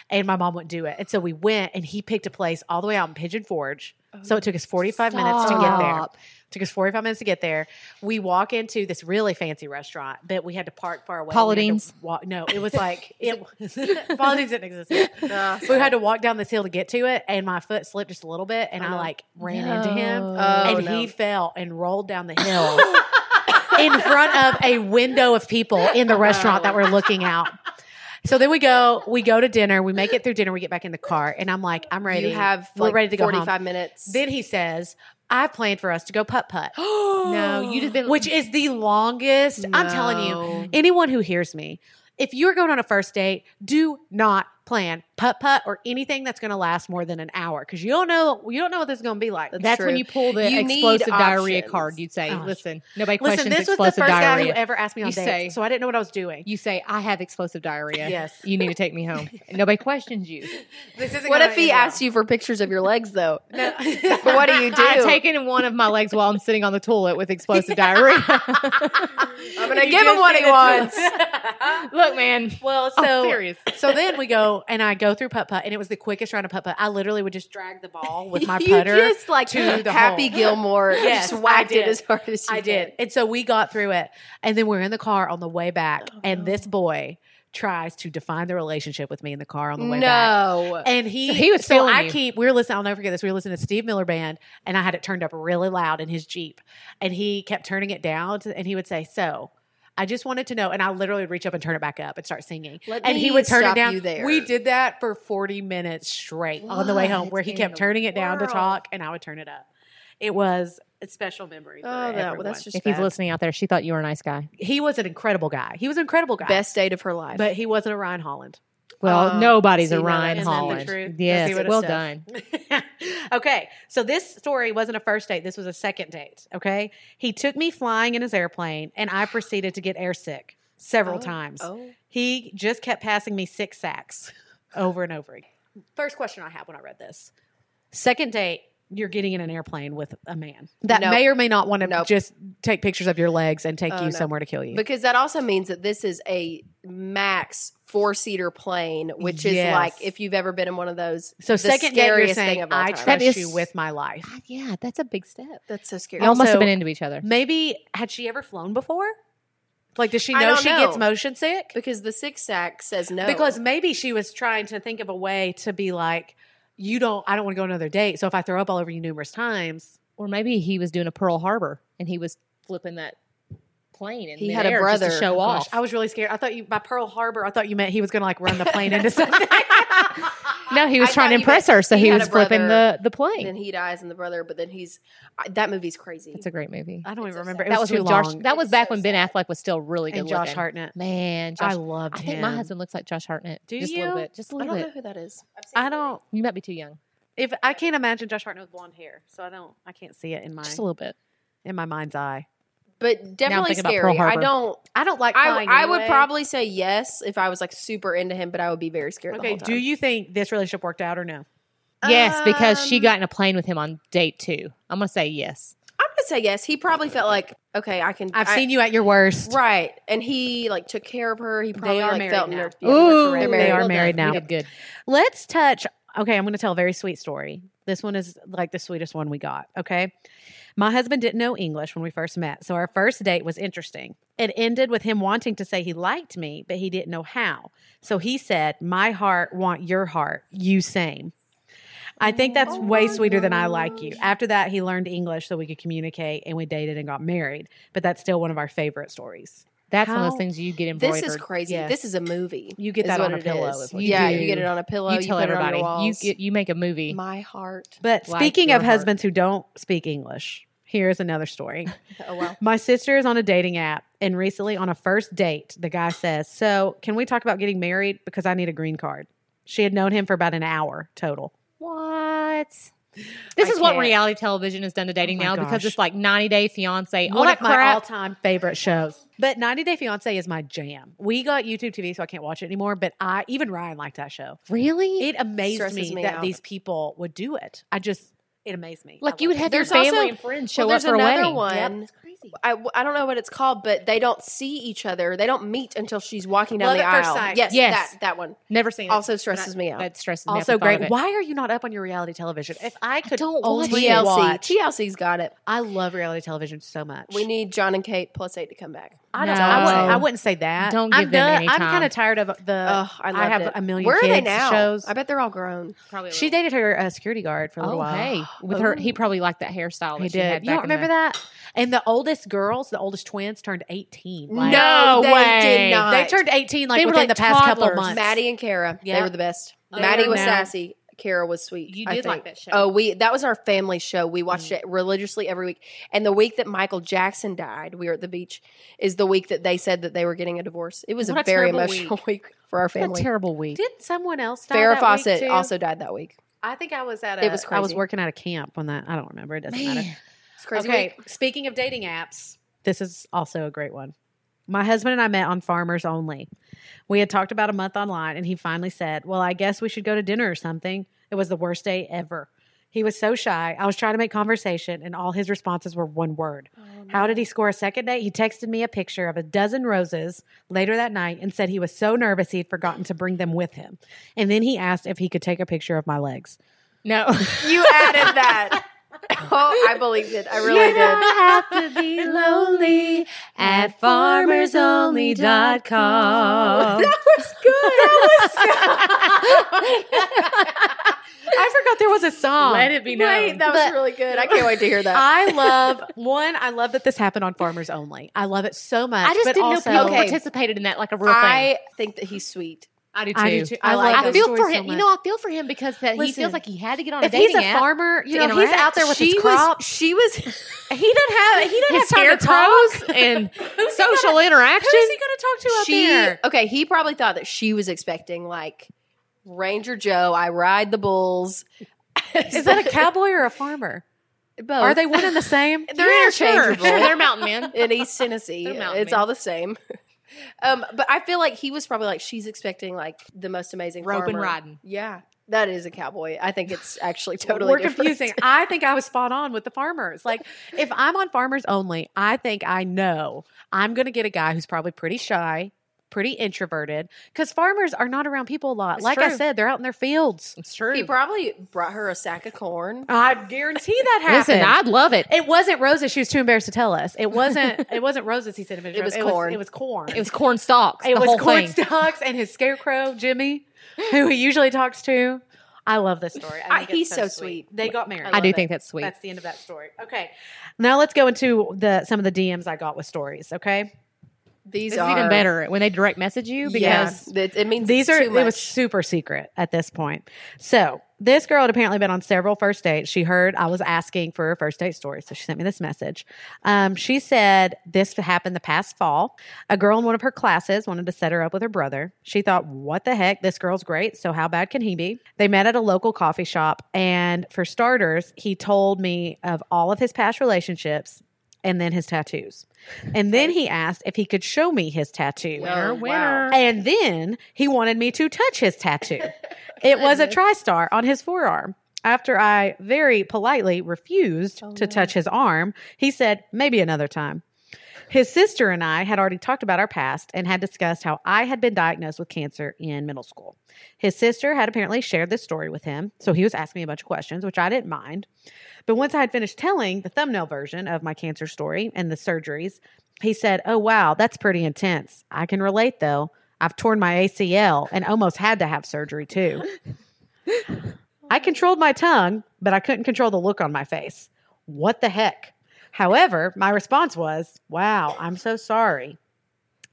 Speaker 1: and my mom wouldn't do it. And so we went, and he picked a place all the way out in Pigeon Forge. So it took us 45 minutes to get there.
Speaker 3: Stop.
Speaker 1: Took us 45 minutes to get there. We walk into this really fancy restaurant, but we had to park far away.
Speaker 3: Paula
Speaker 1: We had to
Speaker 3: Deen's?
Speaker 1: Walk, no, it was like, it, Paula Deen's didn't exist yet.
Speaker 2: Uh,
Speaker 1: So we had to walk down this hill to get to it, and my foot slipped just a little bit, and
Speaker 2: I
Speaker 1: I,
Speaker 2: know.
Speaker 1: like ran into him,
Speaker 3: No.
Speaker 2: Uh-huh. Oh,
Speaker 1: and
Speaker 2: no.
Speaker 1: he fell and rolled down the hill in front of a window of people in the restaurant that were looking out. So then we go, we go to dinner, we make it through dinner, we get back in the car, and I'm like, I'm ready.
Speaker 2: you have
Speaker 1: We're
Speaker 2: like
Speaker 1: ready to go home.
Speaker 2: 45 minutes.
Speaker 1: then he says, I've planned for us to go putt putt,
Speaker 3: No, you just been
Speaker 1: which is the longest. I'm telling you, anyone who hears me, if you're going on a first date, do not plan putt putt or anything that's going to last more than an hour because you don't know you don't know what this is going to be like.
Speaker 3: That's when
Speaker 2: true.
Speaker 3: you pull the
Speaker 2: You need
Speaker 3: explosive diarrhea
Speaker 2: options.
Speaker 3: card. You'd say,
Speaker 1: Gosh.
Speaker 3: "Listen, nobody
Speaker 1: Listen,
Speaker 3: questions
Speaker 1: this was the first
Speaker 3: explosive
Speaker 1: guy who
Speaker 3: diarrhea."
Speaker 1: ever asked me on
Speaker 3: You
Speaker 1: dates,
Speaker 3: say-
Speaker 1: so I didn't know what I was doing.
Speaker 3: you say, "I have explosive diarrhea."
Speaker 1: Yes,
Speaker 3: You need to take me home. nobody questions you.
Speaker 1: this isn't
Speaker 2: What
Speaker 1: gonna
Speaker 2: if he
Speaker 1: end well.
Speaker 2: asked you for pictures of your legs though?
Speaker 1: No.
Speaker 2: what do you do?
Speaker 3: I've taken one of my legs while I'm sitting on the toilet with explosive diarrhea.
Speaker 2: I'm gonna give him what he wants.
Speaker 3: Look, man.
Speaker 1: well,
Speaker 3: I'm
Speaker 1: so
Speaker 3: serious.
Speaker 1: So then we go and I go through putt putt, and it was the quickest round of putt putt. I literally would just drag the ball with my
Speaker 2: You
Speaker 1: putter.
Speaker 2: just like
Speaker 1: to the
Speaker 2: Happy
Speaker 1: hole.
Speaker 2: Gilmore.
Speaker 1: Yes,
Speaker 2: just whacked
Speaker 1: I did.
Speaker 2: it as hard as you
Speaker 1: I did. And so we got through it. And then we're in the car on the way back,
Speaker 2: Oh,
Speaker 1: and
Speaker 2: no.
Speaker 1: this boy tries to define the relationship with me in the car on the way back.
Speaker 2: No.
Speaker 1: And he,
Speaker 3: So he was
Speaker 1: so
Speaker 3: feeling
Speaker 1: I
Speaker 3: you.
Speaker 1: keep we were listening. I'll never forget this. We were listening to Steve Miller Band, and I had it turned up really loud in his Jeep, and he kept turning it down, to- and he would say, "So, I just wanted to know," and I literally would reach up and turn it back up and start singing,
Speaker 2: Let
Speaker 1: and he
Speaker 2: me
Speaker 1: would turn it
Speaker 2: stop
Speaker 1: down.
Speaker 2: You there.
Speaker 1: We did that for forty minutes straight on the way home,
Speaker 3: What
Speaker 1: where he
Speaker 3: in
Speaker 1: kept
Speaker 3: the
Speaker 1: turning it down to
Speaker 3: world?
Speaker 1: talk, and I would turn it up. It was a special memory. For
Speaker 2: Oh, that, well,
Speaker 1: everyone.
Speaker 2: that's just
Speaker 3: If he's
Speaker 2: bad.
Speaker 3: listening out there, she thought you were a nice guy.
Speaker 1: he was an incredible guy. He was an incredible guy,
Speaker 2: best date of her life.
Speaker 1: but he wasn't a Ryan Holland.
Speaker 3: Well,
Speaker 2: Oh,
Speaker 3: nobody's
Speaker 2: see,
Speaker 3: a
Speaker 2: now
Speaker 3: Ryan
Speaker 2: that- isn't that the
Speaker 3: Holland.
Speaker 1: truth?
Speaker 3: Yes,
Speaker 1: Let's see what it
Speaker 3: well
Speaker 1: says.
Speaker 3: done.
Speaker 1: okay, so this story wasn't a first date. This was a second date. Okay, he took me flying in his airplane, and I proceeded to get airsick several
Speaker 2: Oh,
Speaker 1: times.
Speaker 2: oh.
Speaker 1: He just kept passing me six sacks over and over again. First question I had when I read this: second date. You're getting in an airplane with a man that
Speaker 2: Nope.
Speaker 1: may or may not want to
Speaker 2: Nope.
Speaker 1: just take pictures of your legs and take
Speaker 2: Oh,
Speaker 1: you
Speaker 2: no.
Speaker 1: somewhere to kill you.
Speaker 2: because that also means that this is a max four seater plane, which is
Speaker 1: Yes.
Speaker 2: like if you've ever been in one of those.
Speaker 1: so, second date, you're
Speaker 2: scariest
Speaker 1: saying
Speaker 2: thing of all
Speaker 1: I
Speaker 2: time.
Speaker 1: trust
Speaker 3: That is-
Speaker 1: you with my life.
Speaker 3: Ah, Yeah, that's a big step.
Speaker 2: That's so scary.
Speaker 3: Y'all must
Speaker 1: Also-
Speaker 3: have been into each other.
Speaker 1: Maybe had she ever flown before? Like, does she
Speaker 2: I
Speaker 1: know
Speaker 2: don't
Speaker 1: she
Speaker 2: know.
Speaker 1: gets motion sick?
Speaker 2: because the six sack says no.
Speaker 1: Because maybe she was trying to think of a way to be like, you don't, I don't want to go on another date. So if I throw up all over you numerous times,
Speaker 3: Or maybe he was doing a Pearl Harbor and he was flipping that plane and
Speaker 2: He had a
Speaker 3: just
Speaker 2: brother.
Speaker 3: to show
Speaker 2: Oh,
Speaker 1: gosh,
Speaker 3: off.
Speaker 1: I was really scared. I thought you by Pearl Harbor, I thought you meant he was going to like run the plane into something.
Speaker 3: no, he was
Speaker 2: I
Speaker 3: trying to
Speaker 2: thought you
Speaker 3: impress
Speaker 2: meant
Speaker 3: her, so
Speaker 2: he
Speaker 3: he,
Speaker 2: had
Speaker 3: was
Speaker 2: a
Speaker 3: flipping
Speaker 2: brother,
Speaker 3: the the plane.
Speaker 2: then he dies and the brother, but then he's I- that movie's crazy.
Speaker 3: That's a great movie.
Speaker 1: I don't even
Speaker 2: It's so
Speaker 1: remember.
Speaker 2: sad.
Speaker 1: It
Speaker 3: that
Speaker 1: was,
Speaker 3: was
Speaker 1: too
Speaker 3: when Josh.
Speaker 1: long.
Speaker 3: That was
Speaker 2: It's
Speaker 3: back
Speaker 2: so
Speaker 3: when Ben
Speaker 2: sad.
Speaker 3: Affleck was still really good
Speaker 1: and
Speaker 3: looking.
Speaker 1: Josh Hartnett.
Speaker 3: Man,
Speaker 1: I
Speaker 3: Josh.
Speaker 1: loved
Speaker 3: I
Speaker 1: him.
Speaker 3: think my husband looks like Josh Hartnett.
Speaker 1: Do
Speaker 3: just a little
Speaker 1: you?
Speaker 3: bit. Just a
Speaker 2: I
Speaker 3: little
Speaker 2: don't know
Speaker 3: bit.
Speaker 2: who that is. I've seen
Speaker 1: I
Speaker 2: the
Speaker 1: don't.
Speaker 3: You might be too young.
Speaker 1: If I can't imagine Josh Hartnett with blonde hair, so I don't. I can't see it in my
Speaker 3: Just a little bit.
Speaker 1: in my mind's eye.
Speaker 2: movie. but definitely
Speaker 3: thinking about Pearl
Speaker 2: scary. I
Speaker 3: Harbor.
Speaker 2: don't.
Speaker 1: I don't like.
Speaker 2: I,
Speaker 1: flying
Speaker 2: I would
Speaker 1: anyway.
Speaker 2: probably say yes if I was like super into him, but I would be very scared.
Speaker 1: Okay, do you think this relationship worked out or no?
Speaker 3: yes, because she
Speaker 2: Um,
Speaker 3: got in a plane with him on date two. I'm gonna say yes.
Speaker 2: I'm gonna say yes. He probably felt like okay, I can.
Speaker 1: I've
Speaker 2: I-
Speaker 1: seen you at your worst.
Speaker 2: right, and he like took care of her. He probably
Speaker 1: are
Speaker 2: like
Speaker 1: married
Speaker 2: felt
Speaker 1: now.
Speaker 2: nervous.
Speaker 1: Ooh,
Speaker 2: they're
Speaker 1: they
Speaker 2: married.
Speaker 1: are
Speaker 3: Well done.
Speaker 1: married
Speaker 3: You
Speaker 1: now.
Speaker 3: did good.
Speaker 1: Let's touch. Okay, I'm going to tell a very sweet story. This one is like the sweetest one we got. Okay. My husband didn't know English when we first met, so our first date was interesting. It ended with him wanting to say he liked me, but he didn't know how. So he said, My heart want your heart, you same. I think that's
Speaker 2: Oh
Speaker 1: way
Speaker 2: my
Speaker 1: sweeter than I like you.
Speaker 2: gosh.
Speaker 1: After that, he learned English so we could communicate and we dated and got married. But that's still one of our favorite stories.
Speaker 3: That's one of
Speaker 1: How-
Speaker 3: those things you get
Speaker 2: This
Speaker 3: embroidered.
Speaker 2: is crazy.
Speaker 1: Yes.
Speaker 2: This is a movie.
Speaker 1: You get
Speaker 2: is
Speaker 1: that
Speaker 2: what
Speaker 1: on a
Speaker 2: it
Speaker 1: pillow,
Speaker 2: is.
Speaker 1: is what
Speaker 3: you
Speaker 2: yeah,
Speaker 3: do.
Speaker 2: you get it on a pillow.
Speaker 3: you
Speaker 2: You,
Speaker 3: tell
Speaker 2: put
Speaker 3: everybody.
Speaker 2: It on your
Speaker 3: you
Speaker 2: walls.
Speaker 3: get, you make a movie.
Speaker 2: my heart.
Speaker 1: But
Speaker 3: Like
Speaker 1: speaking
Speaker 3: your
Speaker 1: of
Speaker 3: heart.
Speaker 1: husbands who don't speak English, here's another story.
Speaker 2: Oh well.
Speaker 1: My sister is on a dating app, and recently on a first date, the guy says, So, can we talk about getting married? Because I need a green card. She had known him for about an hour total.
Speaker 3: What? This is what
Speaker 1: can't. Oh
Speaker 3: reality television has done to dating
Speaker 1: my
Speaker 3: now
Speaker 1: gosh.
Speaker 3: because it's like 90 Day Fiance, all
Speaker 1: One
Speaker 3: that
Speaker 1: of my all
Speaker 3: crap.
Speaker 1: time favorite shows. But 90 Day Fiance is my jam. We got YouTube TV, so I can't watch it anymore, but I, even Ryan liked that show.
Speaker 3: really?
Speaker 1: It amazed
Speaker 2: Stresses
Speaker 1: me,
Speaker 2: me
Speaker 1: that
Speaker 2: out.
Speaker 1: these people would do it. I just, it amazed me. I
Speaker 3: like you would
Speaker 1: loved
Speaker 3: have
Speaker 1: it.
Speaker 3: your
Speaker 2: There's also-
Speaker 3: family and friends show
Speaker 2: well,
Speaker 3: up
Speaker 2: there's
Speaker 3: for a
Speaker 2: another
Speaker 3: wedding.
Speaker 2: one
Speaker 1: Yep.
Speaker 3: crazy.
Speaker 2: I, I don't know what it's called, but they don't see each other. They don't meet until she's walking down
Speaker 4: Love
Speaker 2: the
Speaker 4: at first
Speaker 2: aisle.
Speaker 4: sight.
Speaker 2: Yes,
Speaker 3: Yes.
Speaker 2: that that one
Speaker 3: Never seen
Speaker 2: also stresses me
Speaker 3: it.
Speaker 2: out.
Speaker 3: That stresses me. out
Speaker 1: Also
Speaker 3: the thought of
Speaker 1: great.
Speaker 3: it.
Speaker 1: Why are you not up on your reality television? If I could
Speaker 3: don't watch
Speaker 1: only
Speaker 2: TLC,
Speaker 1: watch,
Speaker 2: TLC's got it.
Speaker 1: I love reality television so much.
Speaker 2: We need John and Kate plus eight to come back.
Speaker 1: I don't.
Speaker 3: No.
Speaker 1: I, wouldn't, I wouldn't say that.
Speaker 3: Don't
Speaker 1: I'm
Speaker 3: give them
Speaker 1: done-
Speaker 3: any
Speaker 1: I'm
Speaker 3: time.
Speaker 1: kind of tired of the.
Speaker 2: Ugh, I love
Speaker 1: Uh, I have
Speaker 2: it.
Speaker 1: a million
Speaker 2: Where are they
Speaker 1: kids
Speaker 2: now?
Speaker 1: shows.
Speaker 2: I bet they're all grown.
Speaker 3: Probably
Speaker 1: she dated her uh, security guard for a little
Speaker 3: Oh,
Speaker 1: while.
Speaker 3: hey, with her,
Speaker 1: Oh.
Speaker 3: he probably liked that hairstyle. That
Speaker 1: He
Speaker 3: she had
Speaker 1: did. You don't
Speaker 3: back in the-
Speaker 1: remember that? And the oldest girls, the oldest twins, turned eighteen. like-
Speaker 3: No
Speaker 2: they
Speaker 3: way.
Speaker 2: did not.
Speaker 1: they turned eighteen like
Speaker 3: They were
Speaker 1: within
Speaker 3: like
Speaker 1: the past couple
Speaker 3: toddlers.
Speaker 1: months.
Speaker 2: Maddie and Kara. They
Speaker 1: Yeah.
Speaker 2: were the best.
Speaker 3: They
Speaker 2: Maddie
Speaker 3: are
Speaker 2: was
Speaker 3: now.
Speaker 2: sassy. Kara was sweet.
Speaker 3: You
Speaker 2: I
Speaker 3: did like
Speaker 2: think.
Speaker 3: that show.
Speaker 2: Oh, we that was our family show. We watched it religiously every week. And the week that Michael Jackson died, we were at the beach, is the week that they said that they were getting a divorce. It was
Speaker 3: What
Speaker 2: a
Speaker 3: a
Speaker 2: very
Speaker 3: terrible
Speaker 2: emotional week. for our
Speaker 3: What a
Speaker 2: family.
Speaker 3: terrible week.
Speaker 1: Didn't someone else? Die
Speaker 2: Farrah
Speaker 1: that
Speaker 2: Fawcett
Speaker 1: week too?
Speaker 2: also died that week.
Speaker 1: I think I was at. A,
Speaker 2: It was
Speaker 1: I was
Speaker 2: crazy.
Speaker 1: working at a camp when that. I don't remember. It doesn't matter.
Speaker 2: It's crazy.
Speaker 1: okay.
Speaker 2: week.
Speaker 1: Speaking of dating apps, this is also a great one. My husband and I met on Farmers Only. We had talked about a month online, and he finally said, Well, I guess we should go to dinner or something. It was the worst day ever. He was so shy. I was trying to make conversation, and all his responses were one word. How did he score a second date? He texted me a picture of a dozen roses later that night and said he was so nervous he had forgotten to bring them with him. And then he asked if he could take a picture of my legs.
Speaker 3: No,
Speaker 2: You added that. oh, I believed it. I really did.
Speaker 1: have to be lonely at farmersonly.com.
Speaker 2: was good.
Speaker 1: I forgot there was a song.
Speaker 3: let it be known.
Speaker 2: Wait, that was
Speaker 1: But-
Speaker 2: really good. I can't wait to hear that.
Speaker 1: I love one. I love that this happened on Farmers Only. I love it so much.
Speaker 3: I just
Speaker 1: but
Speaker 3: didn't
Speaker 1: also,
Speaker 3: know people
Speaker 2: Okay.
Speaker 3: participated in that like a real thing.
Speaker 2: I think that he's sweet.
Speaker 3: I do
Speaker 1: I do too.
Speaker 3: I,
Speaker 1: I like
Speaker 2: those
Speaker 3: feel
Speaker 1: stories
Speaker 3: for
Speaker 1: so
Speaker 3: him. you
Speaker 1: much.
Speaker 3: know, I feel for him because that he
Speaker 1: Listen,
Speaker 3: feels like he had to get on a
Speaker 1: If he's
Speaker 3: dating
Speaker 1: a
Speaker 3: app.
Speaker 1: farmer, you
Speaker 3: to
Speaker 1: know he's
Speaker 3: interact.
Speaker 1: out there with
Speaker 2: she
Speaker 1: his
Speaker 2: was.
Speaker 1: crop.
Speaker 2: She was.
Speaker 1: he didn't have. He didn't
Speaker 3: his
Speaker 1: have time to talk.
Speaker 3: scarecrows and social interaction.
Speaker 1: Who's he going to talk to out
Speaker 2: she
Speaker 1: there?
Speaker 2: okay. He probably thought that she was expecting like Ranger Joe. I ride the bulls.
Speaker 1: Is that a cowboy or a farmer?
Speaker 2: Both.
Speaker 1: Are they one and the same?
Speaker 2: They're interchangeable.
Speaker 3: They're mountain men.
Speaker 2: in East Tennessee.
Speaker 3: They're mountain
Speaker 2: It's
Speaker 3: men.
Speaker 2: all the same. Um, but I feel like he was probably like she's expecting like the most amazing
Speaker 3: Rope and
Speaker 2: farmer.
Speaker 3: riding.
Speaker 2: Yeah, that is a cowboy. I think it's actually totally
Speaker 1: we're
Speaker 2: different.
Speaker 1: confusing. I think I was spot on with the farmers. Like, if I'm on farmers only, I think I know I'm going to get a guy who's probably pretty shy, pretty introverted, because farmers are not around people a lot.
Speaker 3: It's
Speaker 1: like I
Speaker 3: true.
Speaker 1: said, they're out in their fields.
Speaker 3: It's true.
Speaker 2: He probably brought her a sack of corn.
Speaker 1: I guarantee that happened.
Speaker 3: Listen, I'd love it.
Speaker 1: it wasn't roses. She was too embarrassed to tell us. It wasn't. It wasn't roses. He said it was.
Speaker 2: It was
Speaker 1: it
Speaker 2: corn.
Speaker 1: it was corn.
Speaker 3: It was corn stalks.
Speaker 1: It
Speaker 3: the
Speaker 1: was
Speaker 3: whole
Speaker 1: corn
Speaker 3: thing.
Speaker 1: stalks and his scarecrow Jimmy, who he usually talks to. I love this story. I
Speaker 2: I-
Speaker 1: think it's
Speaker 2: he's so sweet.
Speaker 1: They got married.
Speaker 3: I, do
Speaker 2: love
Speaker 3: think that's sweet.
Speaker 1: That's the end of that story. Okay. Now let's go into the some of the DMs I got with stories. Okay.
Speaker 2: These
Speaker 3: This is
Speaker 2: are
Speaker 3: even better when they direct message you because
Speaker 2: yeah, it, it means
Speaker 1: These
Speaker 2: it's
Speaker 1: are
Speaker 2: too much.
Speaker 1: it was super secret at this point. So this girl had apparently been on several first dates. She heard I was asking for her first date story, so she sent me this message. Um, she said this happened the past fall. A girl in one of her classes wanted to set her up with her brother. She thought, "What the heck? This girl's great. So how bad can he be?" They met at a local coffee shop, and for starters, he told me of all of his past relationships and then his tattoos. And then he asked if he could show me his tattoo.
Speaker 2: Oh, wow.
Speaker 1: And then he wanted me to touch his tattoo. It was a TriStar on his forearm. After I very politely refused
Speaker 2: Oh,
Speaker 1: to
Speaker 2: no.
Speaker 1: touch his arm, he said, maybe another time. His sister and I had already talked about our past and had discussed how I had been diagnosed with cancer in middle school. His sister had apparently shared this story with him, so he was asking me a bunch of questions, which I didn't mind. But once I had finished telling the thumbnail version of my cancer story and the surgeries, he said, Oh, wow, that's pretty intense. I can relate though. I've torn my ACL and almost had to have surgery too. I controlled my tongue, but I couldn't control the look on my face. What the heck? However, my response was, Wow, I'm so sorry.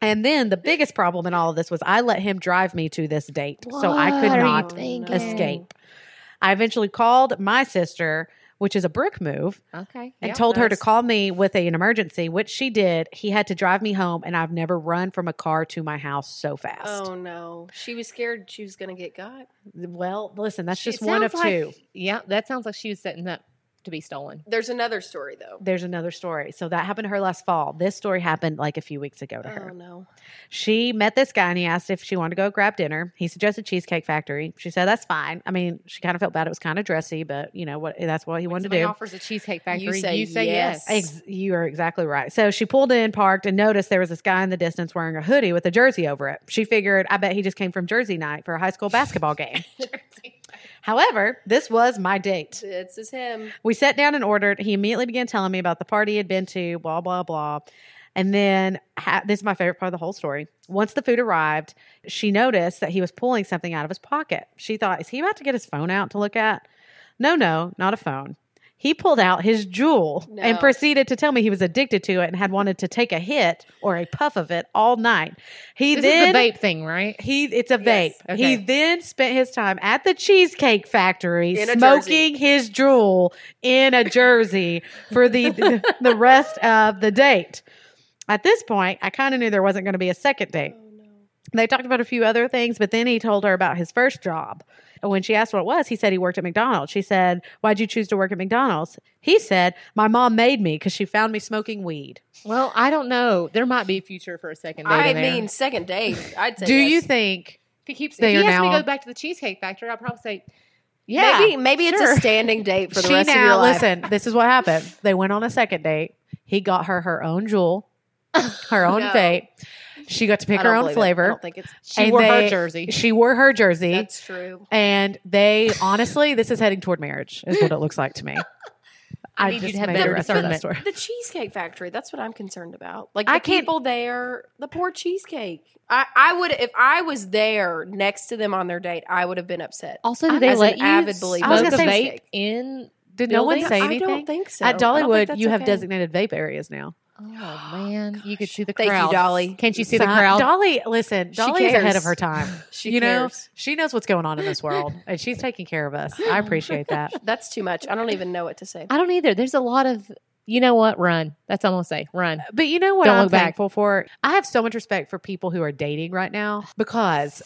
Speaker 1: And then the biggest problem in all of this was I let him drive me to this date. So I could
Speaker 3: What are you
Speaker 1: not
Speaker 3: thinking?
Speaker 1: escape. I eventually called my sister, which is a brick move,
Speaker 3: Okay.
Speaker 1: and
Speaker 3: Yeah.
Speaker 1: told her to
Speaker 2: nice.
Speaker 1: call me with a- an emergency, which she did. He had to drive me home, and I've never run from a car to my house so fast.
Speaker 2: Oh no, she was scared she was going to get got.
Speaker 1: Well, listen, that's
Speaker 3: She-
Speaker 1: just
Speaker 3: it
Speaker 1: one of
Speaker 3: sounds like-
Speaker 1: two.
Speaker 3: Yeah, that sounds like she was setting up to be stolen.
Speaker 2: There's another story though.
Speaker 1: There's another story. So that happened to her last fall. This story happened like a few weeks ago to
Speaker 2: Oh
Speaker 1: her.
Speaker 2: no.
Speaker 1: She met this guy and he asked if she wanted to go grab dinner. He suggested Cheesecake Factory. She said that's fine. I mean, she kind of felt bad. It was kind of dressy, but you know what? That's what he
Speaker 3: When
Speaker 1: wanted to
Speaker 3: somebody
Speaker 1: do.
Speaker 3: offers a cheesecake factory, you say,
Speaker 2: say
Speaker 3: yes.
Speaker 2: yes.
Speaker 1: Ex- you are exactly right. So she pulled in, parked, and noticed there was this guy in the distance wearing a hoodie with a jersey over it. She figured, I bet he just came from Jersey night for a high school basketball game. However, this was my date.
Speaker 2: This is him.
Speaker 1: We sat down and ordered. He immediately began telling me about the party he'd been to, blah, blah, blah. And then, ha- this is my favorite part of the whole story. Once the food arrived, she noticed that he was pulling something out of his pocket. She thought, is he about to get his phone out to look at? No, no, not a phone. He pulled out his jewel and
Speaker 2: No.
Speaker 1: proceeded to tell me he was addicted to it and had wanted to take a hit or a puff of it all night. He
Speaker 3: This
Speaker 1: then
Speaker 3: is the vape thing, right?
Speaker 1: he it's a vape.
Speaker 2: Yes.
Speaker 1: He
Speaker 3: Okay.
Speaker 1: then spent his time at the cheesecake factory
Speaker 2: In a
Speaker 1: smoking his jewel in a jersey for the the rest of the date. At this point, I kind of knew there wasn't going to be a second date.
Speaker 2: Oh,
Speaker 1: They talked about a few other things, but then he told her about his first job. And when she asked what it was, he said he worked at McDonald's. She said, "Why'd you choose to work at McDonald's?" He said, "My mom made me because she found me smoking weed."
Speaker 3: Well, I don't know. There might be a future for a second date.
Speaker 2: I
Speaker 3: in there.
Speaker 2: mean, second date. I'd say.
Speaker 1: Do
Speaker 2: yes.
Speaker 1: you think?
Speaker 3: if he keeps,
Speaker 1: they
Speaker 3: if he
Speaker 1: are
Speaker 3: asked me
Speaker 1: now-
Speaker 3: to go back to the cheesecake factory, I'll probably say, yeah.
Speaker 2: maybe maybe it's
Speaker 3: sure.
Speaker 2: a standing date for the
Speaker 1: she
Speaker 2: rest
Speaker 1: now
Speaker 2: of your life.
Speaker 1: listen. This is what happened. They went on a second date. He got her her own jewel, her own
Speaker 2: No.
Speaker 1: vape. She got to pick
Speaker 2: I
Speaker 1: her
Speaker 2: don't
Speaker 1: own
Speaker 2: believe it. I
Speaker 1: flavor.
Speaker 2: don't think it's
Speaker 3: She
Speaker 1: and
Speaker 3: wore
Speaker 1: they-
Speaker 3: her jersey.
Speaker 1: She wore her jersey,
Speaker 2: that's true.
Speaker 1: and they honestly, this is heading toward marriage. Is what it looks like to me.
Speaker 3: I need you to have
Speaker 1: made
Speaker 3: better
Speaker 1: the rest of that
Speaker 3: discernment.
Speaker 1: story.
Speaker 2: The Cheesecake Factory. That's what I'm concerned about. Like the
Speaker 1: I can't-
Speaker 2: people there, the poor cheesecake. I, I would if I was there next to them on their date, I would have been upset.
Speaker 3: Also,
Speaker 2: I'm-
Speaker 3: did they
Speaker 2: as
Speaker 3: let
Speaker 2: an
Speaker 3: you
Speaker 2: avid
Speaker 3: smoke
Speaker 2: believer-
Speaker 1: I was
Speaker 3: the
Speaker 1: gonna
Speaker 2: say-
Speaker 3: vape in?
Speaker 1: Did no one
Speaker 3: Building?
Speaker 1: say
Speaker 2: I
Speaker 1: anything?
Speaker 2: don't think so.
Speaker 1: At
Speaker 2: I don't think
Speaker 1: Dollywood,
Speaker 2: that's
Speaker 1: you have
Speaker 2: okay.
Speaker 1: designated vape areas now.
Speaker 3: Oh man, you could see the crowd.
Speaker 2: Thank you, Dolly.
Speaker 3: Can't you see the
Speaker 1: Si-
Speaker 3: crowd?
Speaker 1: Dolly, listen,
Speaker 2: She
Speaker 1: Dolly's ahead
Speaker 2: cares.
Speaker 1: of her time.
Speaker 2: She
Speaker 1: you know,
Speaker 2: cares.
Speaker 1: she knows what's going on in this world, and she's taking care of us. I appreciate that.
Speaker 2: That's too much. I don't even know what to say.
Speaker 3: I don't either. There's a lot of you know what? Run. That's all I'm gonna say. Run.
Speaker 1: But you know what
Speaker 3: Don't
Speaker 1: I'm
Speaker 3: look back.
Speaker 1: thankful for? I have so much respect for people who are dating right now because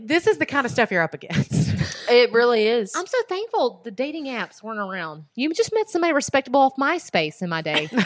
Speaker 1: this is the kind of stuff you're up against.
Speaker 2: It really is.
Speaker 3: I'm so thankful the dating apps weren't around. You just met somebody respectable off MySpace in my day.
Speaker 2: you